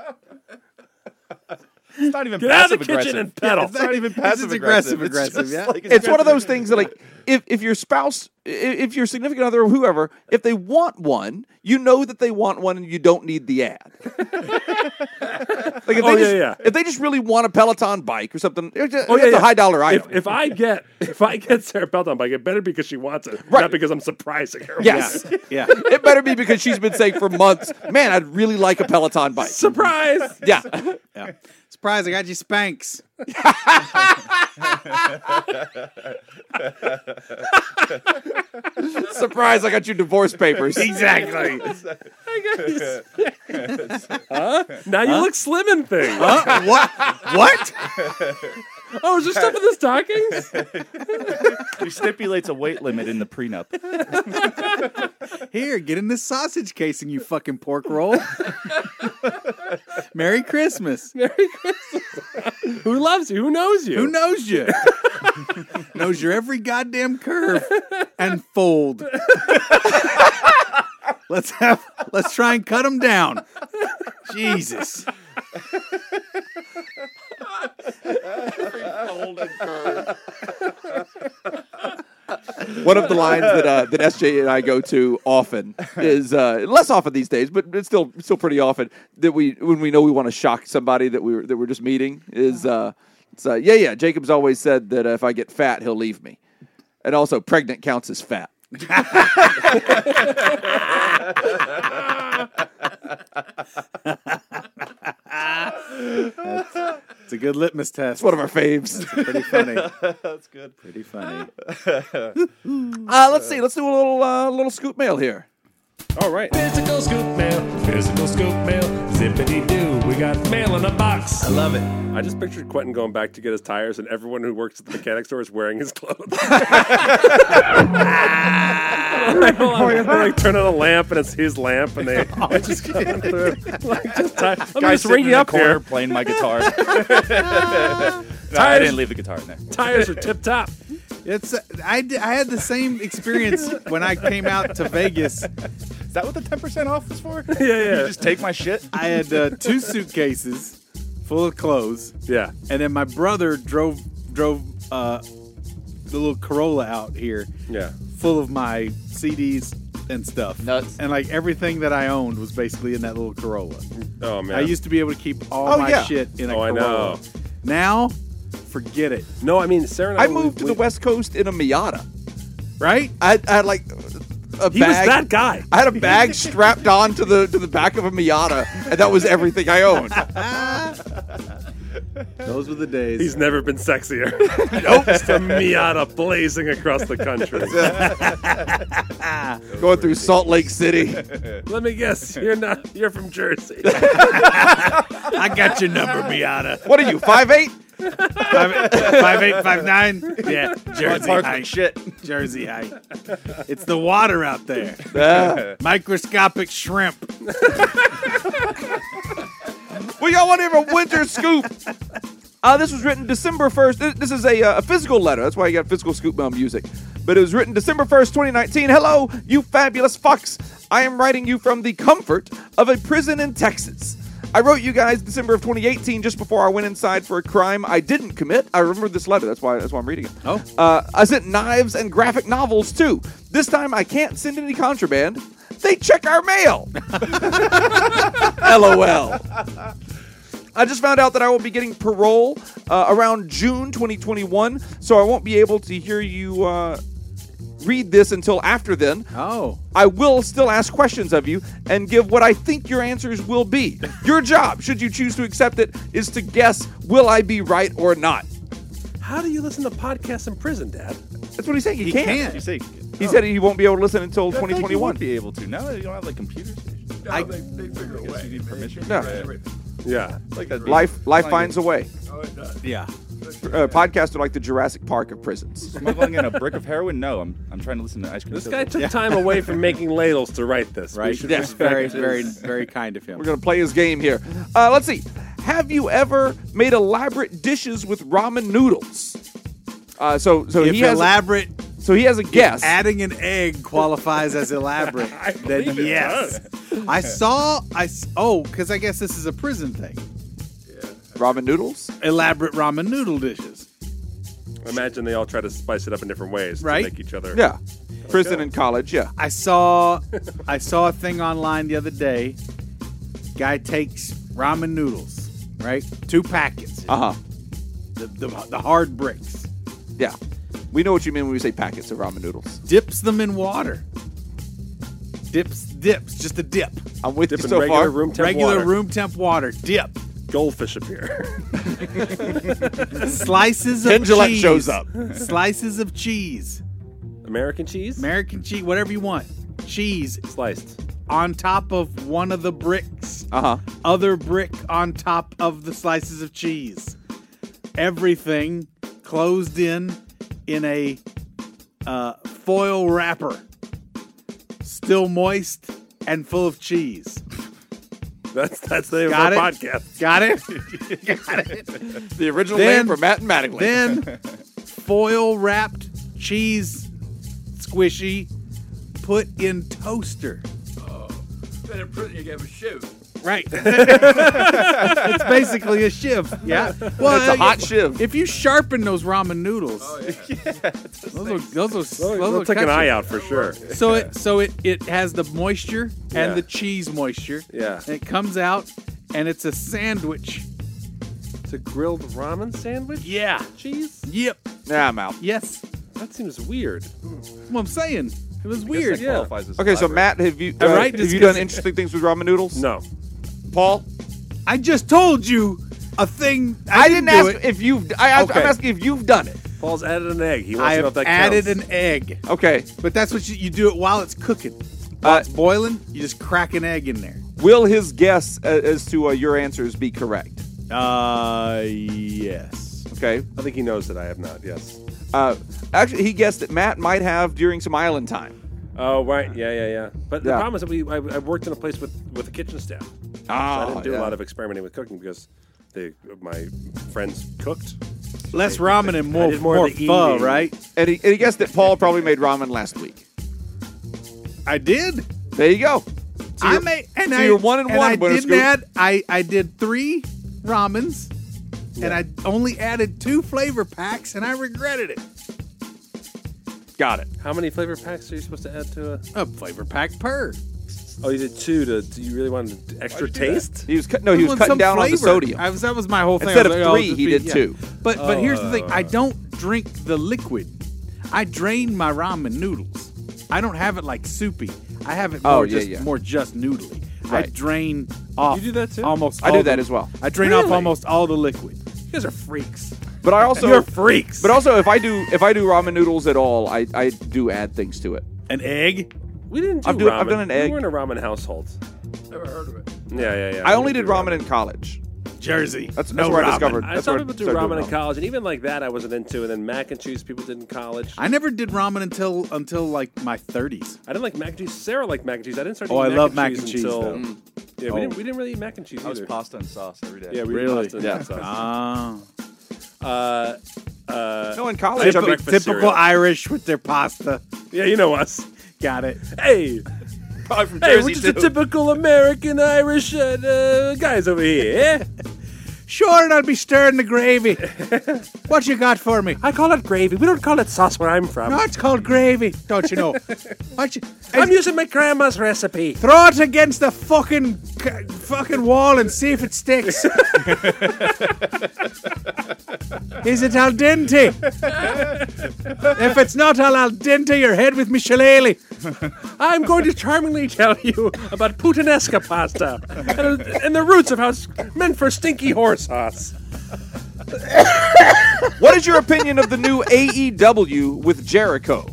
S9: It's not even
S3: Get out of the
S9: passive
S3: kitchen
S9: aggressive.
S3: and pedal.
S9: It's not even
S3: This is
S9: passive aggressive.
S1: aggressive
S9: It's,
S1: aggressive,
S9: just
S1: yeah.
S9: like-
S2: it's one of those things that like if, if your spouse i- if your significant other or whoever if they want one you know that they want one and you don't need the ad like if,
S3: Oh,
S2: they just,
S3: yeah, yeah.
S2: if they just really want a peloton bike or something it's
S3: Oh yeah,
S2: a
S3: yeah.
S2: high dollar item
S3: If, if I get if I get Sarah Pelton bike, it better be because she wants it,
S2: Right.
S3: not because I'm surprising her. with it.
S2: yes
S1: Yeah.
S2: it better be because she's been saying for months man i'd really like a peloton bike
S3: surprise.
S2: yeah
S1: yeah. Surprise, I got you Spanx.
S2: surprise i got your divorce papers
S3: Exactly. huh? Now you look slim and thing.
S1: Huh? what? What?
S3: Oh, is there stuff in the stockings?
S9: he stipulates a weight limit in the prenup.
S1: Here, get in this sausage casing, you fucking pork roll. Merry Christmas.
S3: Who loves you? Who knows you?
S1: Who knows you? knows your every goddamn curve and fold. let's have let's try and cut them down. Jesus.
S2: One of the lines that uh, that SJ and I go to often is uh, less often these days, but it's still still pretty often that we when we know we want to shock somebody that we were, that we're just meeting is uh, it's, uh, yeah yeah. Jacob's always said that uh, if I get fat, he'll leave me, and also pregnant counts as fat.
S1: It's a good litmus test.
S2: It's one of our faves.
S1: Pretty funny.
S9: That's good.
S1: Pretty funny.
S2: Uh, let's see. Let's do a little uh, little scoop mail here.
S3: All right. Physical scoop mail. Physical scoop mail. Zippity doo. We got mail in a box. I love it. I just pictured Quentin going back to get his tires, and everyone who works at the mechanic store is wearing his clothes. like, hold on. They, like turn on a lamp, and it's his lamp, and they it's just coming through. Like, just ti- Let me
S9: Guy
S3: just
S9: sitting
S3: ring
S9: in
S3: you
S9: the
S3: up
S9: corner
S3: here.
S9: playing my guitar. no, I
S3: Tired.
S9: didn't leave the guitar in there.
S3: Tires are tip top.
S1: It's I, d- I had the same experience when I came out to Vegas.
S9: Is that what the ten percent off is for?
S3: yeah.
S9: You just take my shit.
S1: I had uh, two suitcases full of clothes,
S3: Yeah.
S1: and then my brother drove drove uh, the little Corolla out here,
S3: Yeah.
S1: full of my CDs and stuff.
S2: Nuts.
S1: And like everything that I owned was basically in that little Corolla.
S3: Oh man.
S1: I used to be able to keep all
S2: Oh,
S1: my
S2: yeah.
S1: shit in a
S3: Oh, I
S1: Corolla.
S3: know.
S1: Now, forget it.
S3: No, I mean Sarah. And I,
S2: I moved to
S3: we-
S2: the West Coast in a Miata.
S1: Right?
S2: I, I had like a
S3: He was
S2: bag.
S3: that guy.
S2: I had a bag strapped on to the to the back of a Miata, and that was everything I owned.
S1: Those were the days.
S3: He's never been sexier. nope. Just a Miata blazing across the country.
S2: Going through Salt Lake City.
S3: Let me guess, you're not. You're from Jersey.
S1: I got your number, Miata.
S2: What are you, five eight?
S1: Five- five eight five nine. Yeah, Jersey
S9: Park
S1: height.
S9: shit.
S1: Jersey height. It's the water out there.
S2: Ah.
S1: Microscopic shrimp.
S2: well, y'all want to hear a winter scoop? Uh, this was written December 1st. Th- This is a, uh, a physical letter. That's why you got physical scoop mail music. But it was written December 1st, 2019. Hello, you fabulous fucks. I am writing you from the comfort of a prison in Texas. I wrote you guys December of 2018 just before I went inside for a crime I didn't commit. I remember this letter. That's why that's why I'm reading it.
S1: Oh.
S2: Uh, I sent knives and graphic novels too. This time I can't send any contraband. They check our mail. LOL. I just found out that I will be getting parole uh, around June 2021, so I won't be able to hear you uh, read this until after then.
S1: Oh.
S2: I will still ask questions of you and give what I think your answers will be. Your job, should you choose to accept it, is to guess will I be right or not.
S3: How do you listen to podcasts in prison, Dad?
S2: That's what he's saying. He,
S1: He
S2: can't.
S1: can't.
S9: You see, Oh,
S2: He said he won't be able to listen until 2021.
S9: be able to. No, you don't have like computers.
S1: I-
S7: they, they figure a way.
S9: you need permission.
S2: No.
S3: Yeah.
S9: Like a
S2: Life, life finds a way.
S7: Oh, it does.
S1: Yeah.
S2: Uh, podcasts are like the Jurassic Park of prisons.
S9: smuggling in a brick of heroin. No, I'm I'm trying to listen to ice cream.
S3: This
S9: Soda.
S3: guy took time away from making ladles to write this. We
S1: Right.
S3: should
S1: Yes.
S3: respect
S1: Very,
S3: his-
S1: very, very kind of him.
S2: We're gonna play his game here. Uh, let's see. Have you ever made elaborate dishes with ramen noodles? Uh, so, so
S1: if
S2: he has.
S1: elaborate,
S2: so he has a guess.
S1: adding an egg qualifies as elaborate, then
S3: believe it
S1: yes. I saw. I s- oh, because I guess this is a prison thing.
S2: ramen noodles.
S1: Elaborate ramen noodle dishes.
S3: Imagine they all try to spice it up in different ways
S1: Right?
S3: to make each other.
S2: Yeah.
S3: Like,
S2: Prison
S3: oh,
S2: and college, yeah.
S1: I saw I saw a thing online the other day. Guy takes ramen noodles, right? Two packets.
S2: Uh huh.
S1: The, the, the hard bricks.
S2: Yeah. We know what you mean when we say packets of ramen noodles.
S1: Dips them in water. Dips, dips, just a dip.
S2: I'm with
S3: dip
S2: you
S3: in
S2: so
S3: regular
S2: far.
S3: room temp
S1: Regular
S3: water.
S1: room temp water. Dip.
S3: Goldfish appear.
S1: Slices of
S2: Ken Gillette
S1: cheese.
S2: shows up.
S1: Slices of cheese.
S3: American cheese?
S1: American cheese, whatever you want. Cheese
S3: Sliced.
S1: on top of one of the bricks.
S2: Uh huh.
S1: other brick on top of the slices of cheese. Everything closed in in a uh, foil wrapper, still moist and full of cheese.
S3: That's that's the name
S1: Got
S3: of our
S1: it?
S3: podcast.
S1: Got it?
S2: The original
S1: Then-
S2: name for Matt and Mattingly.
S1: then foil wrapped cheese squishy put in toaster.
S7: Better prison you gave a shoe.
S1: Right. it's basically a shiv. Yeah. Well,
S2: it's a hot shiv.
S1: If you sharpen those ramen noodles, those are those are
S3: We'll,
S1: those
S3: we'll
S1: are
S3: take an
S1: cut
S3: eye
S1: you.
S3: out for sure.
S1: So it so it it has the moisture
S3: Yeah.
S1: and the cheese moisture.
S3: Yeah.
S1: And it comes out and it's a sandwich.
S3: It's a grilled ramen sandwich?
S1: Yeah.
S3: Cheese?
S1: Yep.
S2: Nah, I'm out.
S1: Yes. That's
S3: That seeems weird.
S1: what I'm saying. It was
S6: I guess
S1: weird.
S6: that
S3: yeah.
S6: qualifies as
S2: Okay, so
S6: elaborate.
S2: Matt, have you uh,
S1: All right,
S2: have
S1: just
S2: you
S1: 'cause-
S2: done interesting things with ramen noodles?
S3: No.
S2: Paul.
S1: I just told you a thing. I,
S2: I didn't
S1: do
S2: ask
S1: it.
S2: if you've. I, I,
S3: Okay.
S2: I'm asking if you've done it.
S3: Paul's added an egg. He wants
S1: I
S3: to know if
S1: have
S3: that
S1: added
S3: counts.
S1: an egg.
S2: Okay.
S1: But that's what you, you do it while it's cooking. While
S2: Uh,
S1: it's boiling, you just crack an egg in there.
S2: Will his guess a- as to uh, your answers be correct?
S1: Uh, yes.
S2: Okay.
S3: I think he knows that I have not, yes.
S2: Uh, actually, he guessed that Matt might have during some island time.
S3: Oh right, yeah, yeah, yeah. But the
S2: Yeah.
S3: problem is that we I, I worked in a place with with a kitchen staff. so I
S2: Ah,
S3: didn't do
S2: yeah.
S3: a lot of experimenting with cooking because they my friends cooked.
S1: Less ramen and more,
S3: did more
S1: more,
S3: of
S1: more
S3: the
S1: pho,
S3: eating.
S1: right?
S2: And he, and he guessed that Paul probably made ramen last week.
S1: I did.
S2: There you go. So
S1: I
S2: you're-
S1: made, and
S2: so
S1: I,
S2: you're one and one,
S1: I
S2: Winter
S1: didn't
S2: Scoop.
S1: add. I I did three ramens, and I only added two flavor packs, and I regretted it.
S2: Got it.
S3: How many flavor packs are you supposed to add to a?
S1: A flavor pack per.
S3: Oh, you did two. To, to you really wanted extra taste?
S2: He was cut, no, he was
S1: Want
S2: cutting
S1: some
S2: down on the
S1: flavor.
S2: sodium.
S1: I was, that was my whole thing. I
S2: Instead
S1: was
S2: of
S1: like, oh,
S2: three,
S1: just
S2: he
S1: be-
S2: did
S1: yeah.
S2: two.
S1: But but here's the thing: I don't drink the liquid. I drain my ramen noodles. I don't have it like soupy. I have it
S2: Oh,
S1: more
S2: yeah,
S1: just
S2: yeah.
S1: more just noodly. I
S2: Right.
S1: drain off.
S3: You do that too?
S1: Almost.
S2: I do
S1: all
S2: that
S1: the-
S2: as well.
S1: I drain off almost all the liquid. You guys are freaks.
S2: But I also
S1: You're freaks.
S2: But also, if I do if I do ramen noodles at all, I, I do add things to it.
S1: An egg.
S3: We didn't do
S2: I've done-
S3: ramen.
S2: I've done an egg.
S3: We were in a ramen household.
S7: Never heard of it.
S3: Yeah, yeah, yeah.
S2: I
S3: we
S2: only did
S3: didn't do
S2: ramen in college.
S1: Jersey.
S2: That's, that's
S1: no
S2: where
S1: ramen.
S2: I discovered.
S3: I
S2: that's
S3: saw
S2: where
S3: people do
S2: started
S3: ramen
S2: doing
S3: in college, and even like that, I wasn't into. And then mac and cheese, people did in college. I,
S1: I never did ramen until until like my 30s.
S3: didn't like mac and cheese. Sarah liked mac and cheese. I didn't start.
S1: Oh, I
S3: eating
S1: love mac
S3: mac and
S1: and
S3: cheese
S1: cheese,
S3: until.
S1: though.
S3: Yeah,
S1: Oh.
S3: we didn't. We didn't really eat mac and cheese
S6: I was
S3: either.
S6: pasta and sauce every day.
S3: Yeah, we
S1: Really?
S3: Did pasta and
S2: Yeah.
S3: sauce.
S1: Ah.
S3: Uh,
S2: No, in college, I
S3: Typical-
S2: mean,
S3: breakfast
S1: Typical
S3: cereal.
S1: Irish with their pasta.
S3: yeah, you know us.
S1: Got it.
S3: Hey,
S2: probably from
S3: hey, we're
S2: Jersey
S3: just a
S2: too.
S3: typical American Irish uh, uh, guys over here. eh?
S1: Sure, and I'll be stirring the gravy. what you got for me?
S3: I call it gravy. We don't call it sauce where I'm from.
S1: No, it's called gravy, don't you know? What you,
S3: I'm using my grandma's recipe.
S1: throw it against the fucking c- fucking wall and see if it sticks. Is it al dente? if it's not, I'll al dente your head with me shillelagh.
S3: I'm going to charmingly tell you about puttanesca pasta and, and the roots of how it's meant for stinky horse sauce.
S2: What is your opinion of the new AEW with Jericho?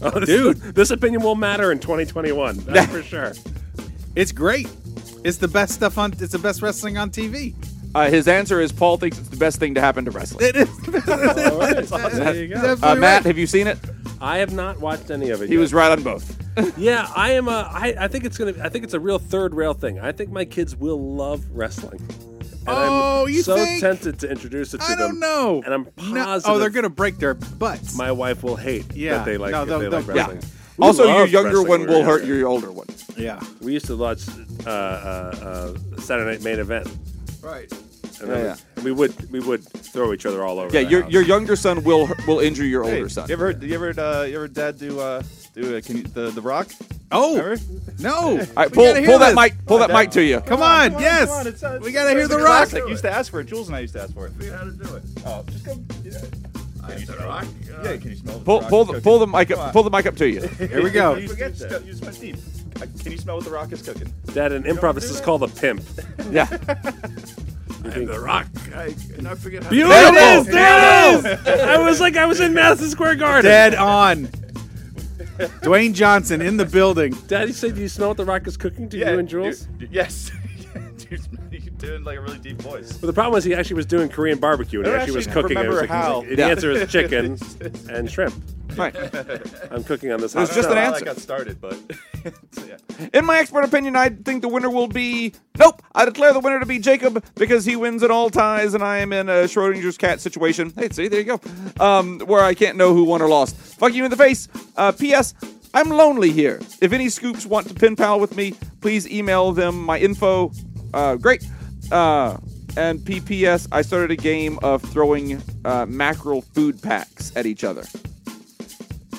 S3: Oh, this, Dude, this opinion will matter in 2021. That's for sure.
S1: It's great. It's the best stuff on. It's the best wrestling on TV.
S2: Uh, his answer is Paul thinks it's the best thing to happen to wrestling.
S1: It is.
S3: All right, there you go.
S2: Uh,
S1: absolutely
S2: Matt,
S1: right.
S2: have you seen it?
S3: I have not watched any of it.
S2: He
S3: yet.
S2: was right on both.
S3: Yeah, I am a. I, I think it's gonna. I think it's a real third rail thing. I think my kids will love wrestling. And
S1: Oh,
S3: I'm
S1: you
S3: so
S1: think?
S3: tempted to introduce it to
S1: I
S3: them.
S1: don't know.
S3: and I'm
S1: No-
S3: positive.
S1: oh, they're gonna break their butts.
S3: My wife will hate
S1: Yeah,
S3: that they like.
S1: no,
S3: if
S1: they'll-
S3: they like
S1: they'll-
S3: wrestling.
S2: yeah.
S3: We
S2: also, your
S3: loved
S2: younger
S3: wrestling
S2: one
S3: when we
S2: will
S3: were
S2: hurt
S3: younger.
S2: your older one.
S1: yeah.
S3: We used to watch uh, uh, uh, Saturday Night Main Event.
S7: Right.
S3: And that
S2: Yeah, yeah.
S3: was- And we would we would throw each other all over.
S2: Yeah,
S3: the
S2: your
S3: house.
S2: your younger son will will injure your
S9: Hey,
S2: older son.
S9: You ever heard, you ever heard, uh, you ever heard dad do uh, do uh, can you, the the rock?
S1: Oh
S9: Remember?
S1: no!
S2: All right,
S1: We
S2: pull
S1: gotta hear
S2: pull that
S1: this.
S2: mic pull that mic to you.
S1: Come on,
S9: Come on,
S1: yes,
S9: come on, it's, uh,
S1: we gotta hear
S9: it's
S1: the
S9: a
S1: rock.
S9: classic. Used to ask for it. Jules and I used to ask for it.
S7: Figure out how to do it.
S9: Oh, just go. Yeah,
S7: I have to rock. Uh,
S9: yeah can you smell?
S2: Pull
S9: the rock
S2: pull
S9: is
S2: the
S9: cooking?
S2: pull the mic
S9: Come
S2: up
S9: on.
S2: pull the mic up to you.
S1: Here we go.
S9: You forget that. You just went deep. Uh, Can you smell what the rock is cooking?
S3: Dad, in improv, this is called a pimp.
S2: Yeah,
S7: and the rock. I, and I forget how
S3: There
S7: to
S3: it is. There it is. I was like, I was in Madison Square Garden.
S1: Dead on. Dwayne Johnson in the building.
S3: Daddy said you smell what the rock is cooking to you and Jules.
S9: you- yes. You're doing like a really deep voice.
S3: But the problem was he actually was doing Korean barbecue and
S9: I
S3: he
S9: don't
S3: actually was
S9: actually
S3: cooking.
S9: remember
S3: it. I was
S9: how.
S3: like, he's like,
S2: Yeah.
S3: The answer is chicken and shrimp.
S2: right.
S3: I'm cooking on this.
S2: It was
S3: hot
S2: just
S3: stove.
S2: an
S9: I
S2: answer.
S9: got started, but so, yeah.
S2: In my expert opinion, I think the winner will be. Nope, I declare the winner to be Jacob because he wins at all ties, and I am in a Schrodinger's cat situation. Hey, see, there you go. Um, where I can't know who won or lost. Fuck you in the face. Uh, P.S. I'm lonely here. If any scoops want to pen pal with me, please email them my info. Uh, great. Uh, and PPS, I started a game of throwing uh, mackerel food packs at each other.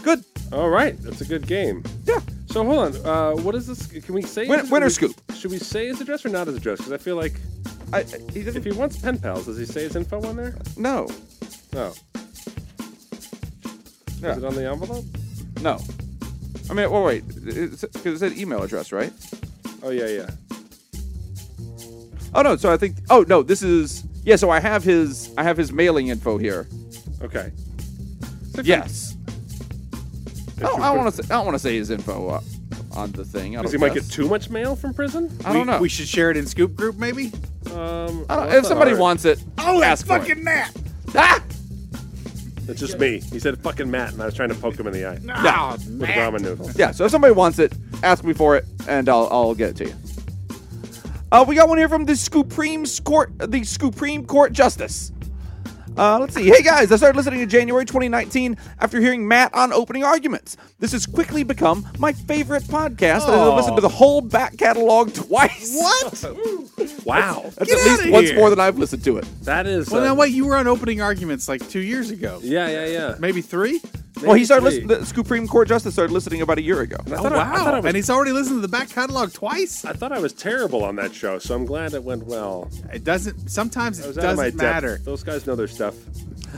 S2: Good.
S3: All right, that's a good game.
S2: Yeah.
S3: So hold on. Uh, what is this? Can we say
S2: Win-
S3: his-
S2: winner
S3: we-
S2: scoop.
S3: Should we say his address or not his address? Because I feel like
S2: I, I- he
S3: if
S2: doesn't.
S3: he wants pen pals, does he say his info on there?
S2: No.
S3: No.
S2: Yeah.
S3: Is it on the envelope?
S2: No. I mean, well, wait, because it, said email address, right?
S3: Oh yeah, yeah.
S2: Oh no, so I think. Oh no, this is yeah. So I have his I have his mailing info here.
S3: Okay. So if
S2: Yes.
S3: you-
S2: I
S3: if
S2: don't,
S3: you
S2: Oh, I
S3: put-
S2: don't want to. I don't want to say his info uh, on the thing. I don't
S3: Because he might
S2: guess.
S3: get too much mail from prison.
S2: I don't know.
S1: We should share it in scoop group, maybe.
S3: Um,
S2: I
S3: well,
S2: don't,
S3: that's
S2: if
S3: not
S2: somebody
S3: hard.
S2: wants it,
S1: Oh, that's
S2: ask for it.
S1: fucking Matt.
S2: Ah!
S3: it's just me. He said "fucking Matt," and I was trying to poke him in the eye
S1: Yeah.
S3: with ramen noodles.
S2: Yeah. So if somebody wants it, ask me for it, and I'll I'll get it to you. Uh, we got one here from the Supreme Court, the Supreme Court Justice. Uh, let's see. Hey guys, I started listening in January 2019 after hearing Matt on opening arguments. This has quickly become my favorite podcast. and I've listened to the whole back catalog twice.
S1: What?
S3: Wow,
S2: That's
S1: Get
S2: at least
S1: outta
S2: once
S1: here.
S2: more than I've listened to it.
S3: that is.
S1: Well,
S3: uh,
S1: now wait. You were on opening arguments like two years ago.
S3: Yeah, yeah, yeah.
S1: Maybe three.
S2: well, he started
S3: three.
S2: listening. The Supreme Court Justice started listening about a year ago.
S3: I
S1: Oh
S3: thought I- I thought I
S1: wow!
S3: was
S1: And he's already listened to the back catalog twice.
S3: I thought I was terrible on that show, so I'm glad it went well.
S1: It doesn't. Sometimes
S3: I
S1: it
S3: was out of my
S1: doesn't matter.
S3: depth. Those guys know their stuff.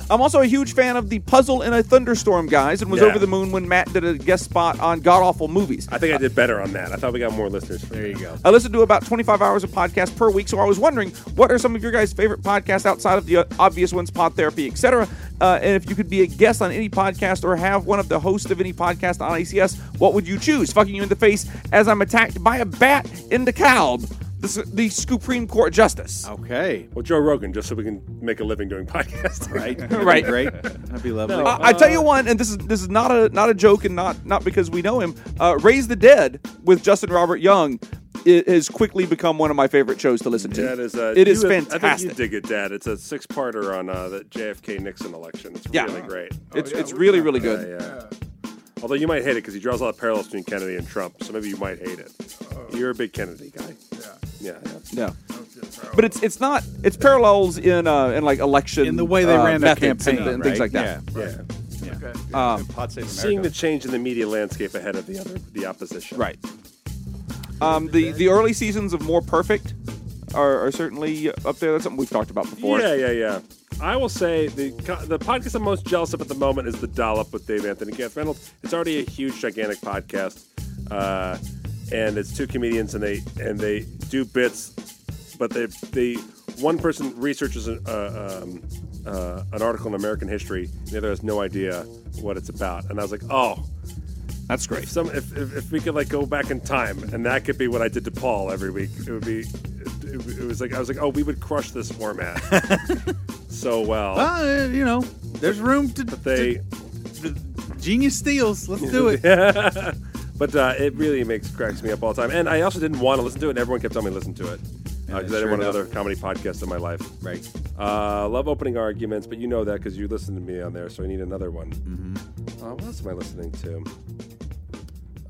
S2: I'm also a huge fan of the Puzzle in a Thunderstorm guys and was
S3: Yeah.
S2: over the moon when Matt did a guest spot on God Awful Movies.
S3: I think I did better on that. I thought we got more listeners. From
S1: There you go.
S2: I listen to about 25 hours of podcasts per week, so I was wondering what are some of your guys' favorite podcasts outside of the uh, obvious ones, Pod Therapy, etc. Uh, and if you could be a guest on any podcast or have one of the hosts of any podcast on ACS, what would you choose? Fucking you in the face as I'm attacked by a bat in the calb. The, s- the Supreme Court Justice.
S1: Okay.
S3: Well, Joe Rogan, just so we can make a living doing podcasting.
S1: Right.
S2: Right.
S1: Great. That'd be lovely.
S3: No.
S2: I- I tell you one, and this is this is not a not a joke, and not not because we know him. Uh, Raise the Dead with Justin Robert Young i- has quickly become one of my favorite shows to listen to.
S3: That is uh,
S2: it is
S3: you- I
S2: fantastic.
S3: think you dig it, Dad. It's a six-parter on uh, the JFK Nixon election. It's
S2: Yeah.
S3: really great.
S2: it's
S7: yeah,
S2: it's
S7: we're
S2: really
S7: not
S2: really
S3: Oh, Yeah,
S2: good.
S3: yeah. Although you might hate it because he draws a lot of parallels between Kennedy and Trump, so maybe you might hate it. You're a big Kennedy guy. Yeah, yeah.
S2: Yeah. But it's it's not it's parallels in uh, in like election
S1: In the way they
S2: uh,
S1: ran their
S2: methods and,
S1: campaign,
S2: and things
S1: right?
S2: like that.
S3: yeah.
S7: Okay.
S2: Um,
S9: Pot Save America.
S3: Seeing the change in the media landscape ahead of the other, the opposition.
S2: right. Um, the the early seasons of More Perfect are, are certainly up there. That's something we've talked about before.
S3: Yeah, yeah, yeah. I will say the co- the podcast I'm most jealous of at the moment is the Dollop with Dave Anthony Kath Reynolds. It's already a huge, gigantic podcast, uh, and it's two comedians and they and they do bits, but they they one person researches an, uh, um, uh, an article in American history, and the other has no idea what it's about. And I was like, oh,
S2: That's
S3: if
S2: great.
S3: some if, if, if we could like go back in time and that could be what I did to Paul every week it would be it, it was like I was like oh we would crush this format so well
S1: Well, uh, you know, there's room to.
S3: but they
S1: to- genius steals. Let's do it.
S3: but uh, it really makes cracks me up all the time and I also didn't want to listen to it and everyone kept telling me to listen to it because I didn't
S1: sure
S3: want
S1: enough.
S3: another comedy podcast in my life
S1: Right.
S3: uh, love opening arguments but you know that because you listen to me on there so I need another one
S1: Mm-hmm.
S3: uh, what else am I listening to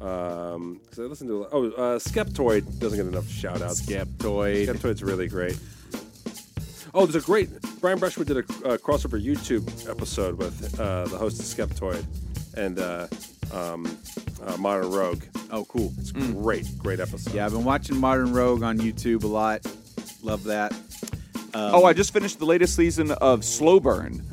S3: um, 'cause I listen to oh uh, Skeptoid doesn't get enough shout outs
S1: Skeptoid.
S3: Skeptoid's really great. Oh, there's a great Brian Brushwood did a uh, crossover YouTube episode with uh, the host of Skeptoid and uh, um, uh, Modern Rogue.
S1: Oh, cool.
S3: It's great, great episode.
S1: Yeah, I've been watching Modern Rogue on YouTube a lot. Love that.
S2: oh, I just finished the latest season of Slow Burn.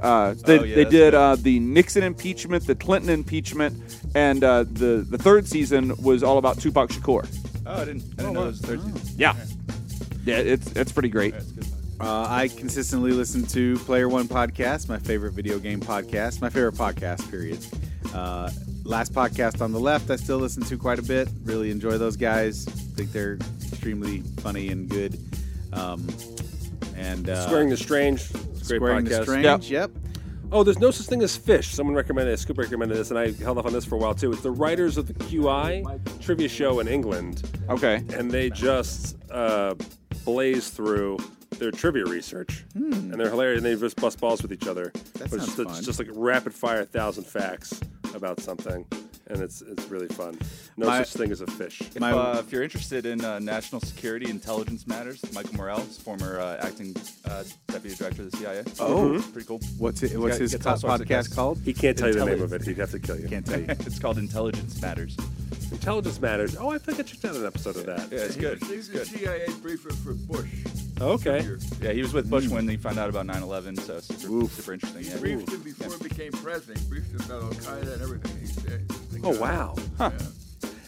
S2: Uh, they,
S6: Oh, yeah,
S2: they
S6: that's
S2: did uh, the Nixon impeachment, the Clinton impeachment, and uh, the the third season was all about Tupac Shakur.
S6: Oh, I didn't. I didn't know it was third
S3: Oh.
S6: season.
S2: Yeah, yeah, it's it's pretty great.
S6: That's good.
S1: Uh, I consistently listen to Player One podcast, my favorite video game podcast, my favorite podcast, period. Uh, last podcast on the left, I still listen to quite a bit. Really enjoy those guys. Think they're extremely funny and good. Um, and uh,
S3: Squaring the Strange. It's a great
S1: Squaring the
S3: podcast.
S1: strange. Yep.
S3: Oh, there's no such thing as fish. Someone recommended, Scoop recommended this, and I held off on this for a while too. It's the writers of the QI trivia show in England,
S2: Okay,
S3: and they just uh, blaze through their trivia research, and they're hilarious. And they just bust balls with each other.
S1: Hmm. That
S3: But it's
S1: sounds
S3: just,
S1: fun.
S3: it's just like rapid fire thousand facts about something, and it's it's really fun. No
S1: My-
S3: such thing as a fish.
S1: My,
S6: uh, if you're interested in uh, national security intelligence matters, Michael Morales, former uh, acting uh, deputy director of the CIA.
S1: Oh.
S6: It's pretty cool.
S1: what's it, what's
S6: Got-
S1: his
S6: gets all
S1: co-
S6: sorts of
S1: podcast
S6: guests.
S1: called?
S3: He can't tell you the name of it. He'd have to kill you.
S1: Can't tell you.
S6: it's called Intelligence Matters.
S3: Intelligence matters. Oh, I think I checked out an episode of that.
S6: Yeah, it's good. It's
S7: He's the
S6: good.
S7: CIA briefer for Bush.
S3: Okay.
S6: Yeah, he was with Bush when they found out about 9/11, so super, super interesting. Yeah.
S7: Briefed him before he became president. He briefed him about Al Qaeda and everything. He's, uh, he's the
S3: Oh
S7: guy.
S3: wow.
S7: Yeah.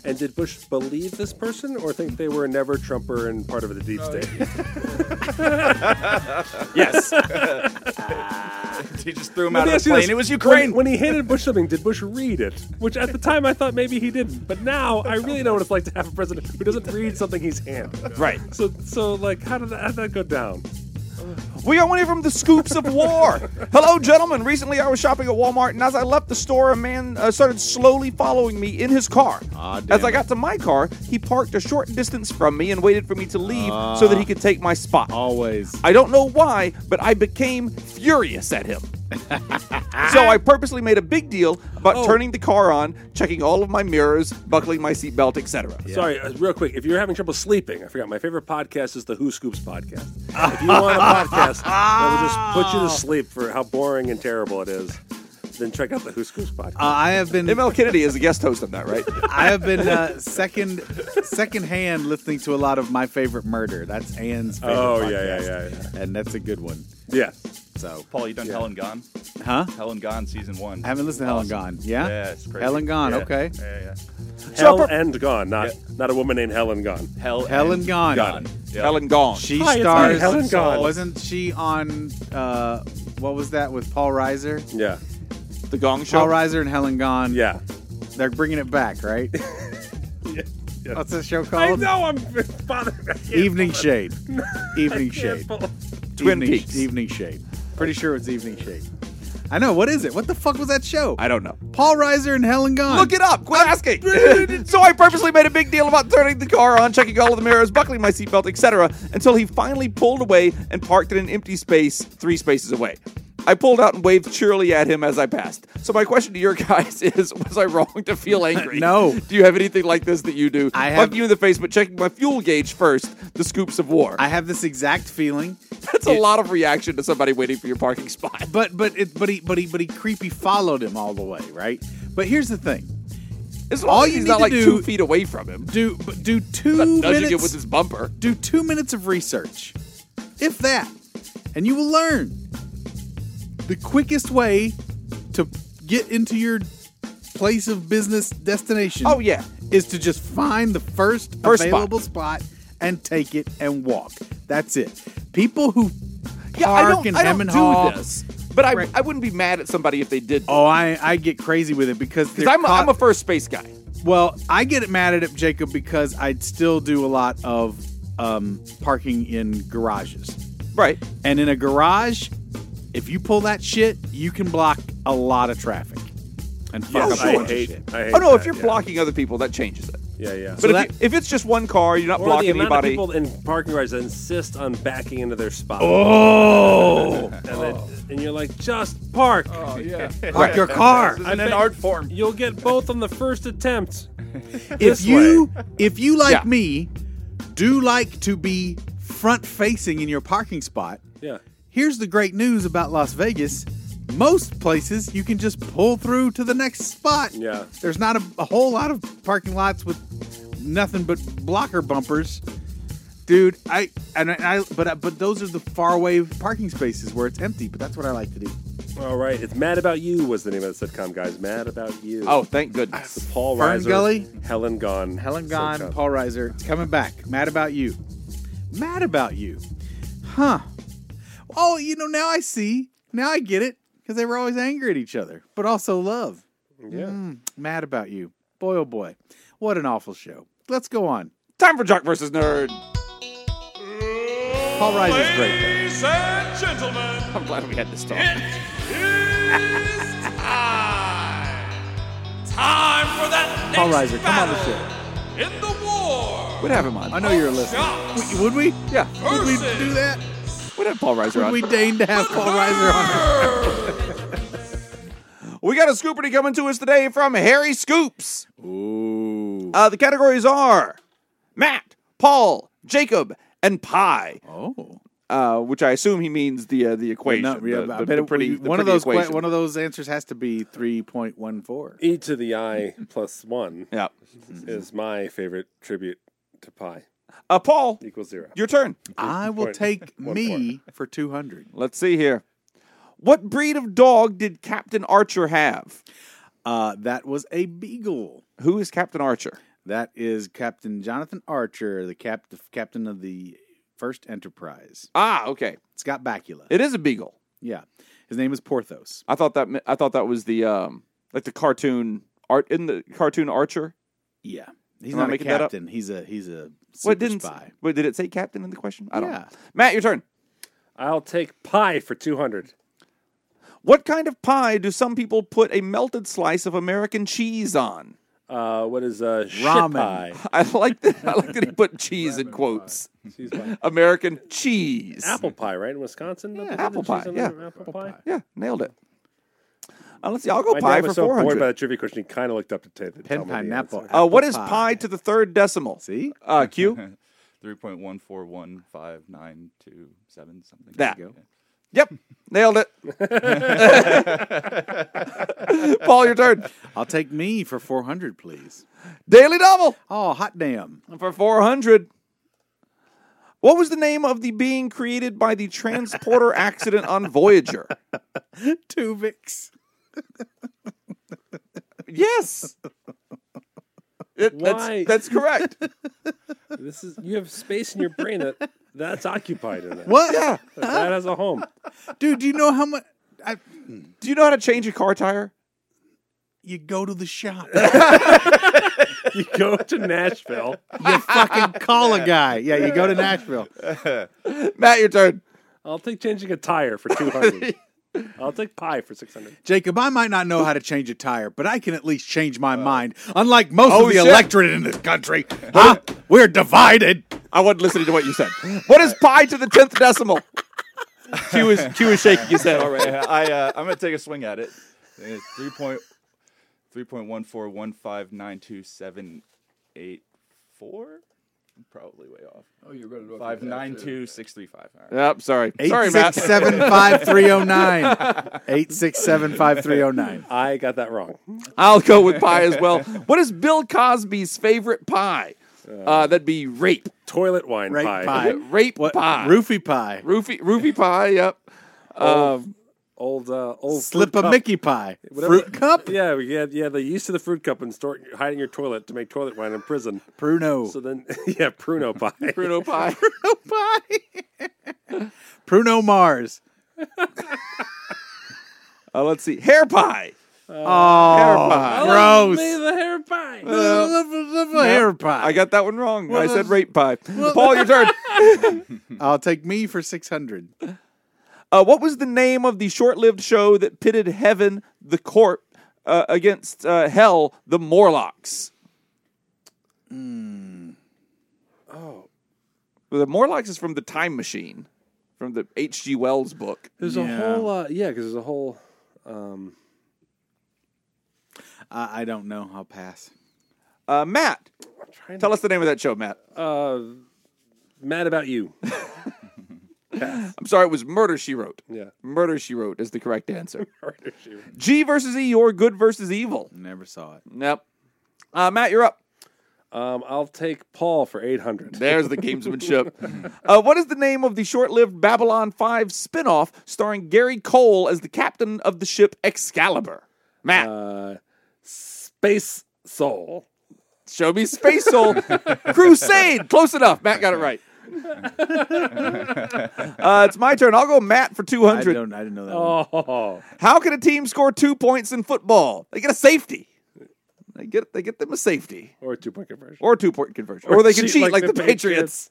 S3: And did Bush believe this person or think they were never Trumper and part of the deep
S7: No,
S3: state?
S7: he-
S3: yes.
S6: he just threw him
S3: Let
S6: out
S3: me
S6: of
S3: ask
S6: the
S3: you
S6: plane.
S3: this.
S6: It was Ukraine.
S3: When, when he handed Bush something, did Bush read it? Which at the time I thought maybe he didn't, but now I really know what it's like to have a president who doesn't read something he's handed.
S2: right.
S3: So, so like, how did that, how did that go down?
S2: We got one here from the Scoops of War. Hello, gentlemen. Recently, I was shopping at Walmart, and as I left the store, a man uh, started slowly following me in his car.
S1: Ah, damn
S2: as I
S1: it.
S2: got to my car, he parked a short distance from me and waited for me to leave so
S6: Ah.
S2: that he could take my spot.
S1: Always.
S2: I don't know why, but I became furious at him. so I purposely made a big deal about turning the car on, checking all of my mirrors, buckling my seatbelt, etc.
S3: Sorry, uh, real quick. If you're having trouble sleeping, I forgot. My favorite podcast is the Who Scoops podcast. If you want a podcast that will just put you to sleep for how boring and terrible it is, then check out the Who Scoops podcast.
S1: Uh, I have been
S2: ML Kennedy is a guest host on that, right?
S1: I have been uh, second second hand listening to a lot of my favorite murder. That's Anne's favorite
S3: Oh, yeah,
S1: podcast.
S3: yeah, yeah,
S1: And that's a good one.
S3: yeah.
S1: So,
S6: Paul, you done Helen Gone?
S1: huh?
S6: Helen Gone season one.
S1: I haven't listened to Helen Gone. Yeah?
S6: Yeah, it's crazy.
S1: Helen Gone,
S6: Yeah.
S1: okay.
S6: Yeah, yeah.
S3: Hell
S2: for-
S3: and Gone, not not a woman named Helen Gone.
S6: Hell
S1: Helen
S6: and
S1: Gone.
S6: Gone. Yeah.
S2: Helen gone.
S1: She
S3: Hi, it's me,
S1: stars
S3: Helen Gone.
S1: Wasn't she on uh, what was that with Paul Reiser?
S3: Yeah,
S2: the Gong Show.
S1: Paul Reiser and Helen Gone.
S3: yeah.
S1: They're bringing it back, right?
S3: yeah.
S1: What's the show
S3: I
S1: called?
S3: know I'm bothered. I can't-
S1: Evening Shade.
S3: I
S1: Evening
S3: can't
S1: Shade.
S3: pull-
S2: Twin
S1: Evening,
S2: Peaks.
S1: Evening Shade. Pretty sure it's Evening Shade. I know. What is it? What the fuck was that show?
S2: I don't know.
S1: Paul Reiser and Helen Gone.
S2: Look it up. Quit asking. so I purposely made a big deal about turning the car on, checking all of the mirrors, buckling my seatbelt, etc., until he finally pulled away and parked in an empty space three spaces away. I pulled out and waved cheerily at him as I passed. So my question to your guys is: Was I wrong to feel angry?
S1: No.
S2: Do you have anything like this that you do?
S1: I
S2: Fuck
S1: have-
S2: you in the face, but checking my fuel gauge first. The scoops of war.
S1: I have this exact feeling,
S2: That's a lot of reaction to somebody waiting for your parking spot.
S1: but but it but he but he but he creepy followed him all the way, right? But here's the thing:
S2: As
S1: All
S2: long as
S1: you
S2: he's
S1: need
S2: not
S1: to
S2: like
S1: do-
S2: two feet away from him,
S1: do but do two
S2: nudging
S1: minutes
S2: it with his bumper.
S1: do two minutes of research, if that, and you will learn the quickest way to get into your place of business destination.
S2: Oh yeah.
S1: is to just find the first,
S2: First spot.
S1: available spot. and take it and walk. That's it. People who park
S2: Yeah, I don't,
S1: and
S2: I
S1: hem
S2: don't
S1: and
S2: do
S1: haw-
S2: this. But I,
S1: Right.
S2: I wouldn't be mad at somebody if they did.
S1: Oh, I I get crazy with it because
S2: because
S1: they're
S2: I'm, a-
S1: caught-
S2: I'm a first space guy.
S1: Well, I get mad at it, Jacob, because I still do a lot of um, parking in garages.
S2: Right.
S1: And in a garage, if you pull that shit, you can block a lot of traffic and fuck
S3: Yes,
S1: up a
S3: I
S1: bunch of shit.
S3: hate. I hate
S2: Oh no, if
S3: that,
S2: you're
S3: yeah.
S2: blocking other people, that changes it.
S3: Yeah, yeah.
S2: But if,
S1: that-
S2: you, if it's just one car, you're not
S3: or
S2: blocking
S3: the amount
S2: anybody.
S3: of people in parking garages that insist on backing into their spot.
S1: Oh,
S3: And, then- and you're like, just park.
S7: Oh, yeah.
S1: park your car.
S6: And an art form.
S3: You'll get both on the first attempt.
S1: If
S3: This
S1: you if you like
S2: Yeah.
S1: me, do like to be front facing in your parking spot.
S3: Yeah.
S1: Here's the great news about Las Vegas. Most places you can just pull through to the next spot.
S3: Yeah.
S1: There's not a, a whole lot of parking lots with nothing but blocker bumpers. Dude, I and I, I but but those are the faraway parking spaces where it's empty, but that's what I like to do.
S3: All right. It's Mad About You was the name of the sitcom, guys. Mad About You.
S2: Oh, thank goodness.
S3: The Paul
S1: Fern
S3: Reiser,
S1: Gully?
S3: Helen uh, Gone.
S1: Helen Gone,
S3: sitcom.
S1: Paul Reiser. It's coming back. Mad about you. Mad about you. Huh. Oh, you know, now I see. Now I get it. Because they were always angry at each other, but also love.
S3: Yeah.
S1: Mm, mad about you. Boy, oh boy. What an awful show. Let's go on.
S2: Time for Jock versus Nerd.
S1: Paul Reiser's great.
S2: I'm glad we had this talk.
S1: though. Paul Reiser, come on the show.
S2: We'd have him
S1: I
S2: on.
S1: know you're listening. Would, would we?
S2: Yeah,
S1: Would we do that?
S2: we'd have Paul Reiser
S1: Would
S2: on.
S1: we
S2: We,
S1: deign to have Paul Reiser on?
S2: got a scooperty coming to us today from Harry Scoops.
S1: Ooh.
S2: Uh, the categories are Matt, Paul, Jacob, and Pi,
S1: Oh.
S2: uh, which I assume he means the uh, the equation.
S1: No, yeah,
S2: the,
S1: I bet
S2: the- the
S1: it-
S2: pretty, the
S1: one of
S2: pretty
S1: those que-
S2: equation.
S1: one of those answers has to be three point one four.
S3: E to the I plus one
S2: yeah.
S3: is my favorite tribute to pi
S2: Uh, Paul,
S3: equals zero.
S2: your turn.
S1: I will
S3: Point-
S1: take
S3: one
S1: me for two hundred.
S2: Let's see here. What breed of dog did Captain Archer have?
S1: Uh, that was a beagle.
S2: Who is Captain Archer?
S1: That is Captain Jonathan Archer, the cap- captain of the first Enterprise.
S2: Ah, okay.
S1: Scott Bakula.
S2: It is a beagle.
S1: yeah, his name is Porthos.
S2: I thought that me- I thought that was the um like the cartoon art in the cartoon Archer.
S1: Yeah, he's
S2: Am I
S1: not a
S2: making that up?
S1: captain. He's a he's a super
S2: What didn't
S1: spy.
S2: what did it say captain in the question? I don't know.
S1: Yeah.
S2: Matt, your turn.
S3: I'll take pi for 200.
S2: What kind of pie do some people put a melted slice of American cheese on?
S3: Uh, what is uh, shit
S1: Ramen.
S3: pie?
S2: I like that. I like that he put cheese in quotes.
S3: Cheese pie.
S2: American cheese.
S3: Apple pie, right? In Wisconsin? Don't they do the
S2: apple
S3: cheese
S2: pie,
S3: on
S2: yeah.
S3: there? Apple pie.
S2: Yeah, nailed it. Uh, let's see. I'll go
S3: My
S2: pie
S3: dad
S2: for
S3: was so
S2: four
S3: bored by the
S2: hundred.
S3: trivia question, he kind of looked up to t- to tell
S1: Pen
S3: me the
S1: pineapple.
S3: answer.
S2: Uh, what is
S1: apple
S2: pi to the third decimal?
S1: See,
S2: Uh, Q.
S6: Three point one four one five nine two seven something.
S2: That.
S6: Yeah.
S2: Yep, nailed it. Paul, your turn.
S1: I'll take me for four hundred, please.
S2: Daily double
S1: Oh, hot damn!
S2: for four hundred. What was the name of the being created by the transporter accident on Voyager?
S1: Two Vix.
S2: Yes. It-
S3: Why?
S2: That's, that's correct.
S3: This is you have space in your brain that that's occupied in it.
S1: What?
S3: That has a home.
S1: dude? Do you know how much? I,
S2: Do you know how to change a car tire?
S1: you go to the shop.
S3: You go to Nashville.
S1: you fucking call a guy. Yeah, you go to Nashville.
S2: Matt, your turn.
S3: I'll take changing a tire for two hundred. I'll take pie for six hundred.
S1: Jacob, I might not know how to change a tire, but I can at least change my mind. Unlike most
S2: Uh, oh,
S1: of the
S2: shit.
S1: electorate in this country, huh? We're divided.
S2: I wasn't listening to what you said. What is pi to the tenth decimal? Q is Q is shaking his head
S6: All
S2: already.
S6: right, I uh, I'm gonna take a swing at it. It's three point three point one four one five nine two seven eight four. I'm probably way off.
S7: Oh, you're better look
S6: Five
S7: at that,
S6: nine
S7: too.
S6: two six three five. All right.
S2: Yep, sorry. sorry,
S1: Eight
S2: Matt.
S1: six seven five three zero nine. Eight six seven five three zero nine.
S3: I got that wrong.
S2: I'll go with pie as well. What is Bill Cosby's favorite pie? Uh, that'd be rape.
S3: Toilet wine
S1: Rape
S3: pie.
S1: pie.
S2: Rape
S1: What?
S2: pie.
S1: Roofie pie.
S2: Roofie, roofie pie, yep. Um,
S3: Old uh, old
S1: Slip
S3: fruit
S1: a
S3: cup.
S1: Mickey pie.
S3: Whatever.
S1: Fruit cup.
S3: Yeah, we had yeah the yeast of the fruit cup and store hiding your toilet to make toilet wine in prison.
S1: Pruno.
S3: So then yeah, Pruno pie.
S2: Bruno pie.
S1: Pruno Mars.
S2: Uh, let's see. Hair pie.
S1: Oh, gross.
S3: Hey, the hair pie.
S1: Hair pie.
S2: I got that one wrong. I said rape pie. Paul, your turn.
S1: I'll take me for six hundred.
S2: Uh, what was the name of the short-lived show that pitted heaven, the court, uh, against uh, hell, the Morlocks?
S3: Hmm.
S2: Oh, the Morlocks is from the Time Machine, from the H.G. Wells book.
S3: There's
S1: Yeah.
S3: a whole uh, yeah, because there's a whole um,
S1: I, I don't know. I'll pass.
S2: Uh, Matt,
S3: trying
S2: tell us the name of that show, Matt.
S3: uh, mad about you.
S2: I'm sorry, it was Murder She Wrote.
S3: Yeah.
S2: Murder She Wrote is the correct answer.
S3: Murder, She Wrote.
S2: G versus E or good versus evil.
S1: Never saw it.
S2: Yep. Uh, Matt, you're up.
S3: Um, I'll take Paul for 800.
S2: There's the gamesmanship. uh, what is the name of the short-lived Babylon 5 spin-off starring Gary Cole as the captain of the ship Excalibur? Matt,
S3: Uh, Space Soul.
S2: show me Space Soul. Crusade. Close enough. Matt got it right. uh, it's my turn. I'll go Matt for
S1: I
S2: 200.
S1: don't. I didn't know that. one.
S3: Oh,
S2: How can a team score two points in football? They get a safety. They get they get them a safety
S3: or a two point conversion.
S2: or a two point conversion, or, they can cheat like, the, Patriots.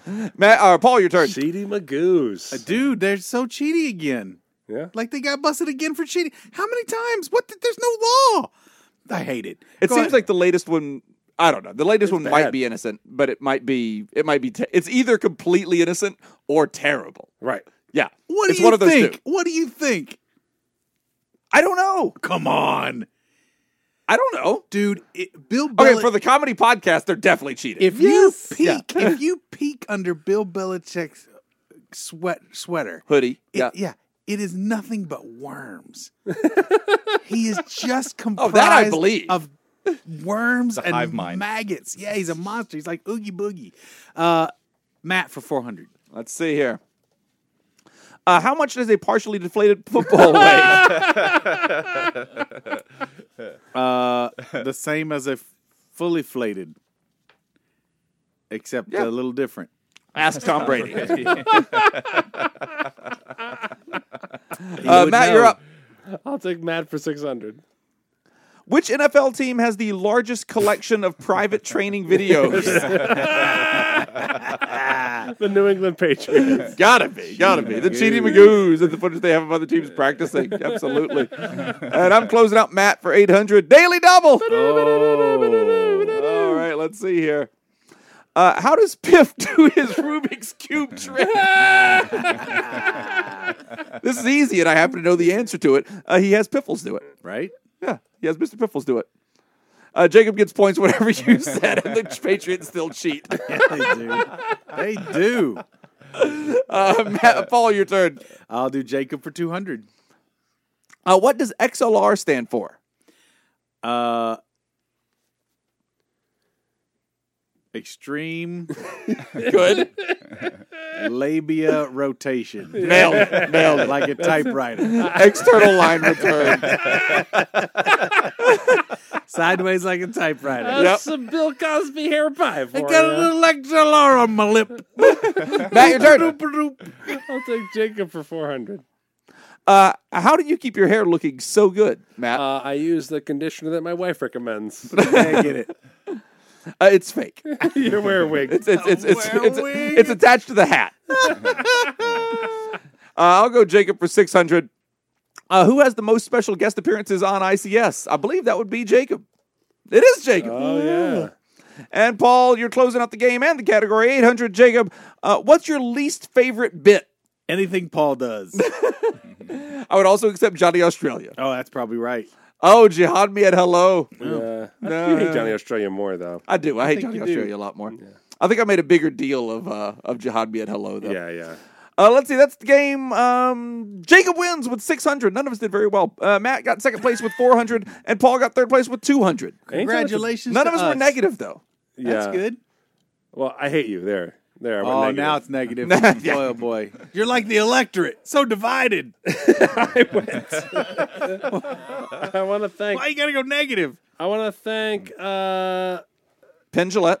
S2: Matt, uh, Paul, your turn.
S3: Cheaty Magoos.
S1: Dude, they're so cheaty again.
S3: Yeah.
S1: Like they got busted again for cheating. How many times? What? the- There's no law. I hate it.
S2: It
S1: Go
S2: seems
S1: ahead.
S2: like the latest one. I don't know. The latest one might
S3: bad.
S2: be innocent, but it might be it might be. Te- it's either completely innocent or terrible.
S3: Right.
S2: Yeah,
S1: What do
S2: it's
S1: you
S2: one of those
S1: think?
S2: two.
S1: What do you think?
S2: I don't know.
S1: Come on,
S2: I don't know.
S1: dude. It, Bill
S2: Okay,
S1: Belichick.
S2: for the comedy podcast, they're definitely cheating.
S1: if
S2: Yes.
S1: you peek, if you peek under Bill Belichick's sweat sweater,
S2: hoodie,
S1: it-
S2: yeah.
S1: yeah, it is nothing but worms. he is just
S2: Oh,
S1: comprised
S2: that I believe.
S1: of worms and
S9: hive mind.
S1: maggots. Yeah, he's a monster. He's like oogie boogie. Uh, Matt for four hundred.
S2: Let's see here. Uh, how much does a partially deflated football weigh?
S1: Uh, the same as a f- fully flated, except
S2: Yeah.
S1: a little different.
S2: Ask Tom Brady. Uh,
S1: He
S2: Uh,
S1: would
S2: Matt,
S1: know.
S2: you're up.
S3: I'll take Matt for 600.
S2: Which NFL team has the largest collection of private training videos?
S3: The New England Patriots.
S2: gotta be, gotta be. The Cheating Magoos and the footage they have of other teams practicing. Absolutely. and I'm closing out Matt for 800. Daily Double. Oh, All right, let's see here. Uh, how does Piff do his Rubik's Cube trick? this is easy, and I happen to know the answer to it. Uh, he has Piffles do it.
S1: right.
S2: Yeah, he has Mr. Piffles do it. Uh, Jacob gets points whatever you said, and the Patriots still cheat.
S1: they do. They do.
S2: Uh, Matt, Paul, your turn.
S1: I'll do Jacob for two hundred.
S2: Uh, what does XLR stand for?
S1: Uh, extreme
S2: Good.
S1: labia rotation,
S2: Nailed it. Nailed it.
S1: like a typewriter,
S2: External line return.
S1: sideways like a typewriter.
S2: Yep.
S3: That's a Bill Cosby hair pie for
S1: I got a
S3: ya.
S1: little XLR on my lip.
S2: Matt, your turn.
S3: I'll take Jacob for 400.
S2: Uh, how do you keep your hair looking so good, Matt?
S3: Uh, I use the conditioner that my wife recommends.
S1: I get it.
S2: Uh, it's fake.
S3: you wear a wig.
S2: It's it's it's it's,
S1: Well,
S2: it's,
S1: we-
S2: it's attached to the hat. uh, I'll go Jacob for six hundred. Uh, who has the most special guest appearances on ICS? I believe that would be Jacob. It is Jacob.
S3: Oh, yeah.
S2: And Paul, you're closing out the game and the category. 800, Jacob. Uh, what's your least favorite bit?
S1: Anything Paul does.
S2: I would also accept Johnny Australia.
S1: Oh, that's probably right.
S2: Oh, Jihad me at hello.
S3: Yeah.
S2: No.
S3: You hate Johnny Australia more, though.
S2: I do. I, hate Johnny
S1: you do.
S2: Australia a lot more. I think I made a bigger deal of uh, of Jihad me at hello though.
S3: Yeah, yeah.
S2: Uh, let's see. That's the game. Um, Jacob wins with 600. None of us did very well. Uh, Matt got second place with 400, and Paul got third place with
S3: Anytime
S2: 200.
S3: it's a-
S1: Congratulations.
S2: None
S1: to
S2: of us were negative, though.
S3: Yeah.
S1: That's good.
S3: Well, I hate you. There. There. I went
S1: Oh,
S3: negative.
S1: now it's negative.
S2: Yeah.
S1: Boy, oh boy, you're like the electorate, so divided.
S3: I want to thank.
S1: Why you gotta go negative?
S3: I want to thank uh,
S2: Penn Jillette.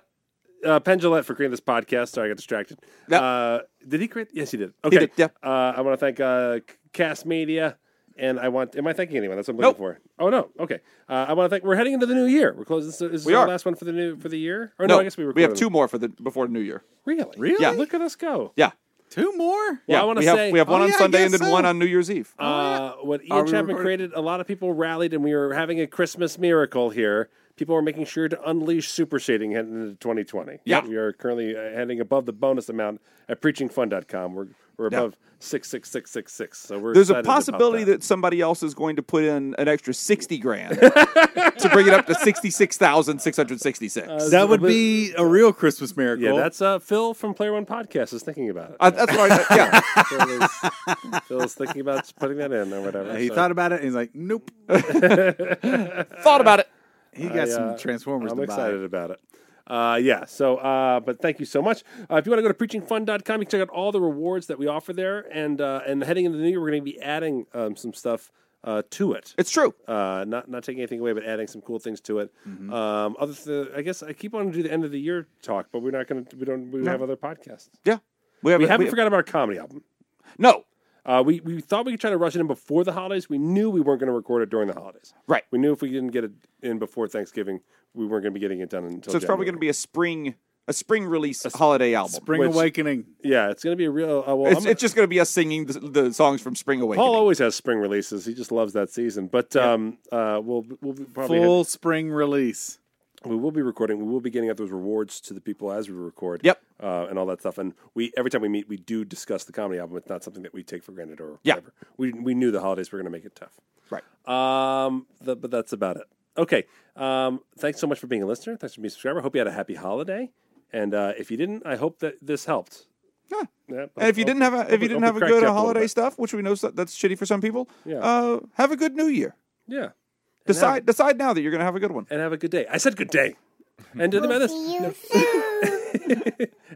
S3: uh, Penn Jillette for creating this podcast. Sorry, I got distracted.
S2: Yep.
S3: Uh, did he create? Yes, he did. Okay.
S2: did, yep.
S3: Uh, I want to thank uh, Cast Media. And I want. Am I thanking anyone? That's what I'm
S2: Nope.
S3: looking for. Oh no. Okay. Uh, I want to thank. We're heading into the new year. We're closing. This, is
S2: We
S3: this our
S2: are.
S3: last one for the new for the year? Or no,
S2: No,
S3: I guess we
S2: have
S3: recorded
S2: two
S3: them.
S2: more for the before the New Year.
S3: Really? Really?
S2: Yeah.
S3: Look at us go.
S2: Yeah.
S1: Two more.
S3: Well,
S2: yeah.
S3: I wanna
S2: we have,
S3: say-
S2: we have one
S1: Oh,
S2: on
S1: yeah, I
S2: Sunday and
S1: guess
S2: then one
S1: so.
S2: on New Year's Eve.
S3: Uh, when Ian
S1: Are we
S3: Chapman
S1: recording?
S3: created, a lot of people rallied, and we were having a Christmas miracle here. People were making sure to unleash super shading heading into 2020.
S2: Yeah.
S3: We are currently uh, heading above the bonus amount at preachingfun.com. We're, We're above six six six six six. So we're
S2: There's a
S3: excited about
S2: possibility that. somebody else is going to put in an extra sixty grand to bring it up to sixty six thousand six hundred sixty six.
S1: That would be a real Christmas miracle.
S3: Yeah, that's uh, Phil from Player One Podcast is thinking about it.
S2: Uh, that's what I, yeah.
S3: Phil, is, Phil is thinking about putting that in or whatever.
S1: He
S3: so.
S1: thought about it and he's like, nope.
S2: Thought about it.
S1: He got
S3: I,
S1: some
S3: uh,
S1: Transformers
S3: I'm
S1: to buy.
S3: excited about it. Uh, yeah. So, uh, but thank you so much. Uh, if you want to go to preachingfun.com, you can check out all the rewards that we offer there. And uh, and heading into the new year, we're going to be adding um, some stuff uh, to it.
S2: It's true.
S3: Uh, not not taking anything away, but adding some cool things to it.
S1: Mm-hmm.
S3: Um, other, th- I guess I keep wanting to do the end of the year talk, but we're not going to. We don't. We have other podcasts.
S2: Yeah, we haven't.
S3: We haven't
S2: we-
S3: forgotten about our comedy album.
S2: No,
S3: Uh, we, we thought we could try to rush it in before the holidays. We knew we weren't going to record it during the holidays.
S2: Right.
S3: We knew if we didn't get it in before Thanksgiving, we weren't going to be getting it done until.
S2: so it's probably going to be a spring a spring release holiday album.
S1: Spring
S3: Which-
S1: Awakening.
S3: Yeah, it's going to be a real. Uh, well,
S2: it's,
S3: I'm-
S2: it's just going to be us singing the, the songs from Spring Awakening.
S3: Paul always has spring releases. He just loves that season. But um, uh, we'll we'll be probably
S1: Full spring release.
S3: we will be recording. We will be getting out those rewards to the people as we record.
S2: Yep.
S3: Uh, and all that stuff. And we every time we meet, we do discuss the comedy album. It's not something that we take for granted or
S2: Yeah.
S3: whatever. We we knew the holidays were going to make it tough.
S2: Right.
S3: Um, th- but that's about it. Okay. Um, thanks so much for being a listener. Thanks for being a subscriber. Hope you had a happy holiday. And uh, if you didn't, I hope that this helped.
S2: Yeah.
S3: Yeah,
S2: And if you
S3: hope-
S2: didn't have a,
S3: hope
S2: if
S3: it-
S2: you
S3: hope
S2: didn't
S3: it
S2: have a
S3: cracked you
S2: good uh,
S3: up little
S2: holiday
S3: bit.
S2: stuff, which we know so- that's shitty for some people,
S3: Yeah.
S2: uh, have a good New Year.
S3: yeah,
S2: Decide decide now that you're going to have a good one.
S3: and have a good day. I said good day. And no matter
S4: See you soon.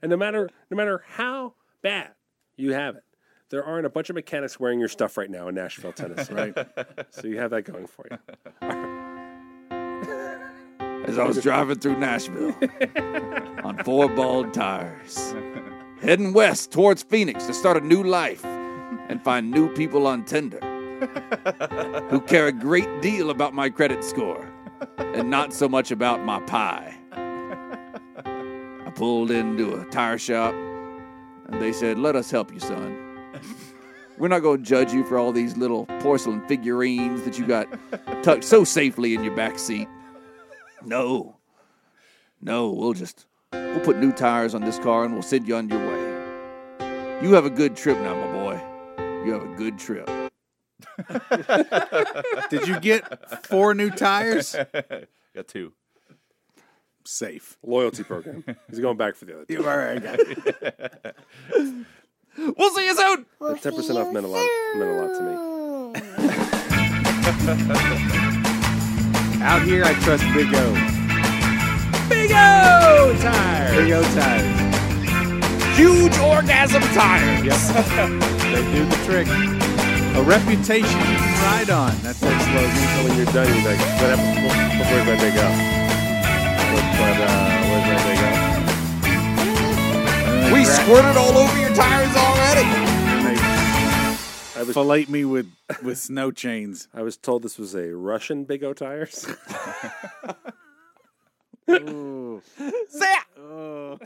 S3: and no matter no matter how bad you have it, there aren't a bunch of mechanics wearing your stuff right now in Nashville, Tennessee. right. So you have that going for you.
S2: As I was driving through Nashville on four bald tires, heading west towards Phoenix to start a new life and find new people on Tinder who care a great deal about my credit score and not so much about my pie. I pulled into a tire shop and they said, Let us help you, son. We're not going to judge you for all these little porcelain figurines that you got tucked so safely in your back seat. No. No, we'll just we'll put new tires on this car and we'll send you on your way. You have a good trip now, my boy. You have a good trip.
S1: Did you get four new tires?
S9: Got two.
S1: Safe.
S3: Loyalty program. He's going back for the other.
S1: All right, guys.
S2: We'll see you soon.
S4: We'll
S3: Ten
S4: see
S3: percent off
S4: you
S3: meant a lot. Meant a lot to me.
S4: soon.
S1: Out here, I trust Big O.
S2: Big O tires.
S1: Big O tires.
S2: Huge orgasm tires.
S1: They do the trick. A reputation you can ride on. That's their slogan.
S3: When you're done, you're like, what happened? Where- Where's my day go? What, what, uh, where's my day go?
S2: We squirted all over your tires already.
S3: I was
S1: Fillet me with, with snow chains.
S3: I was told this was a Russian Big O tires.
S2: See ya.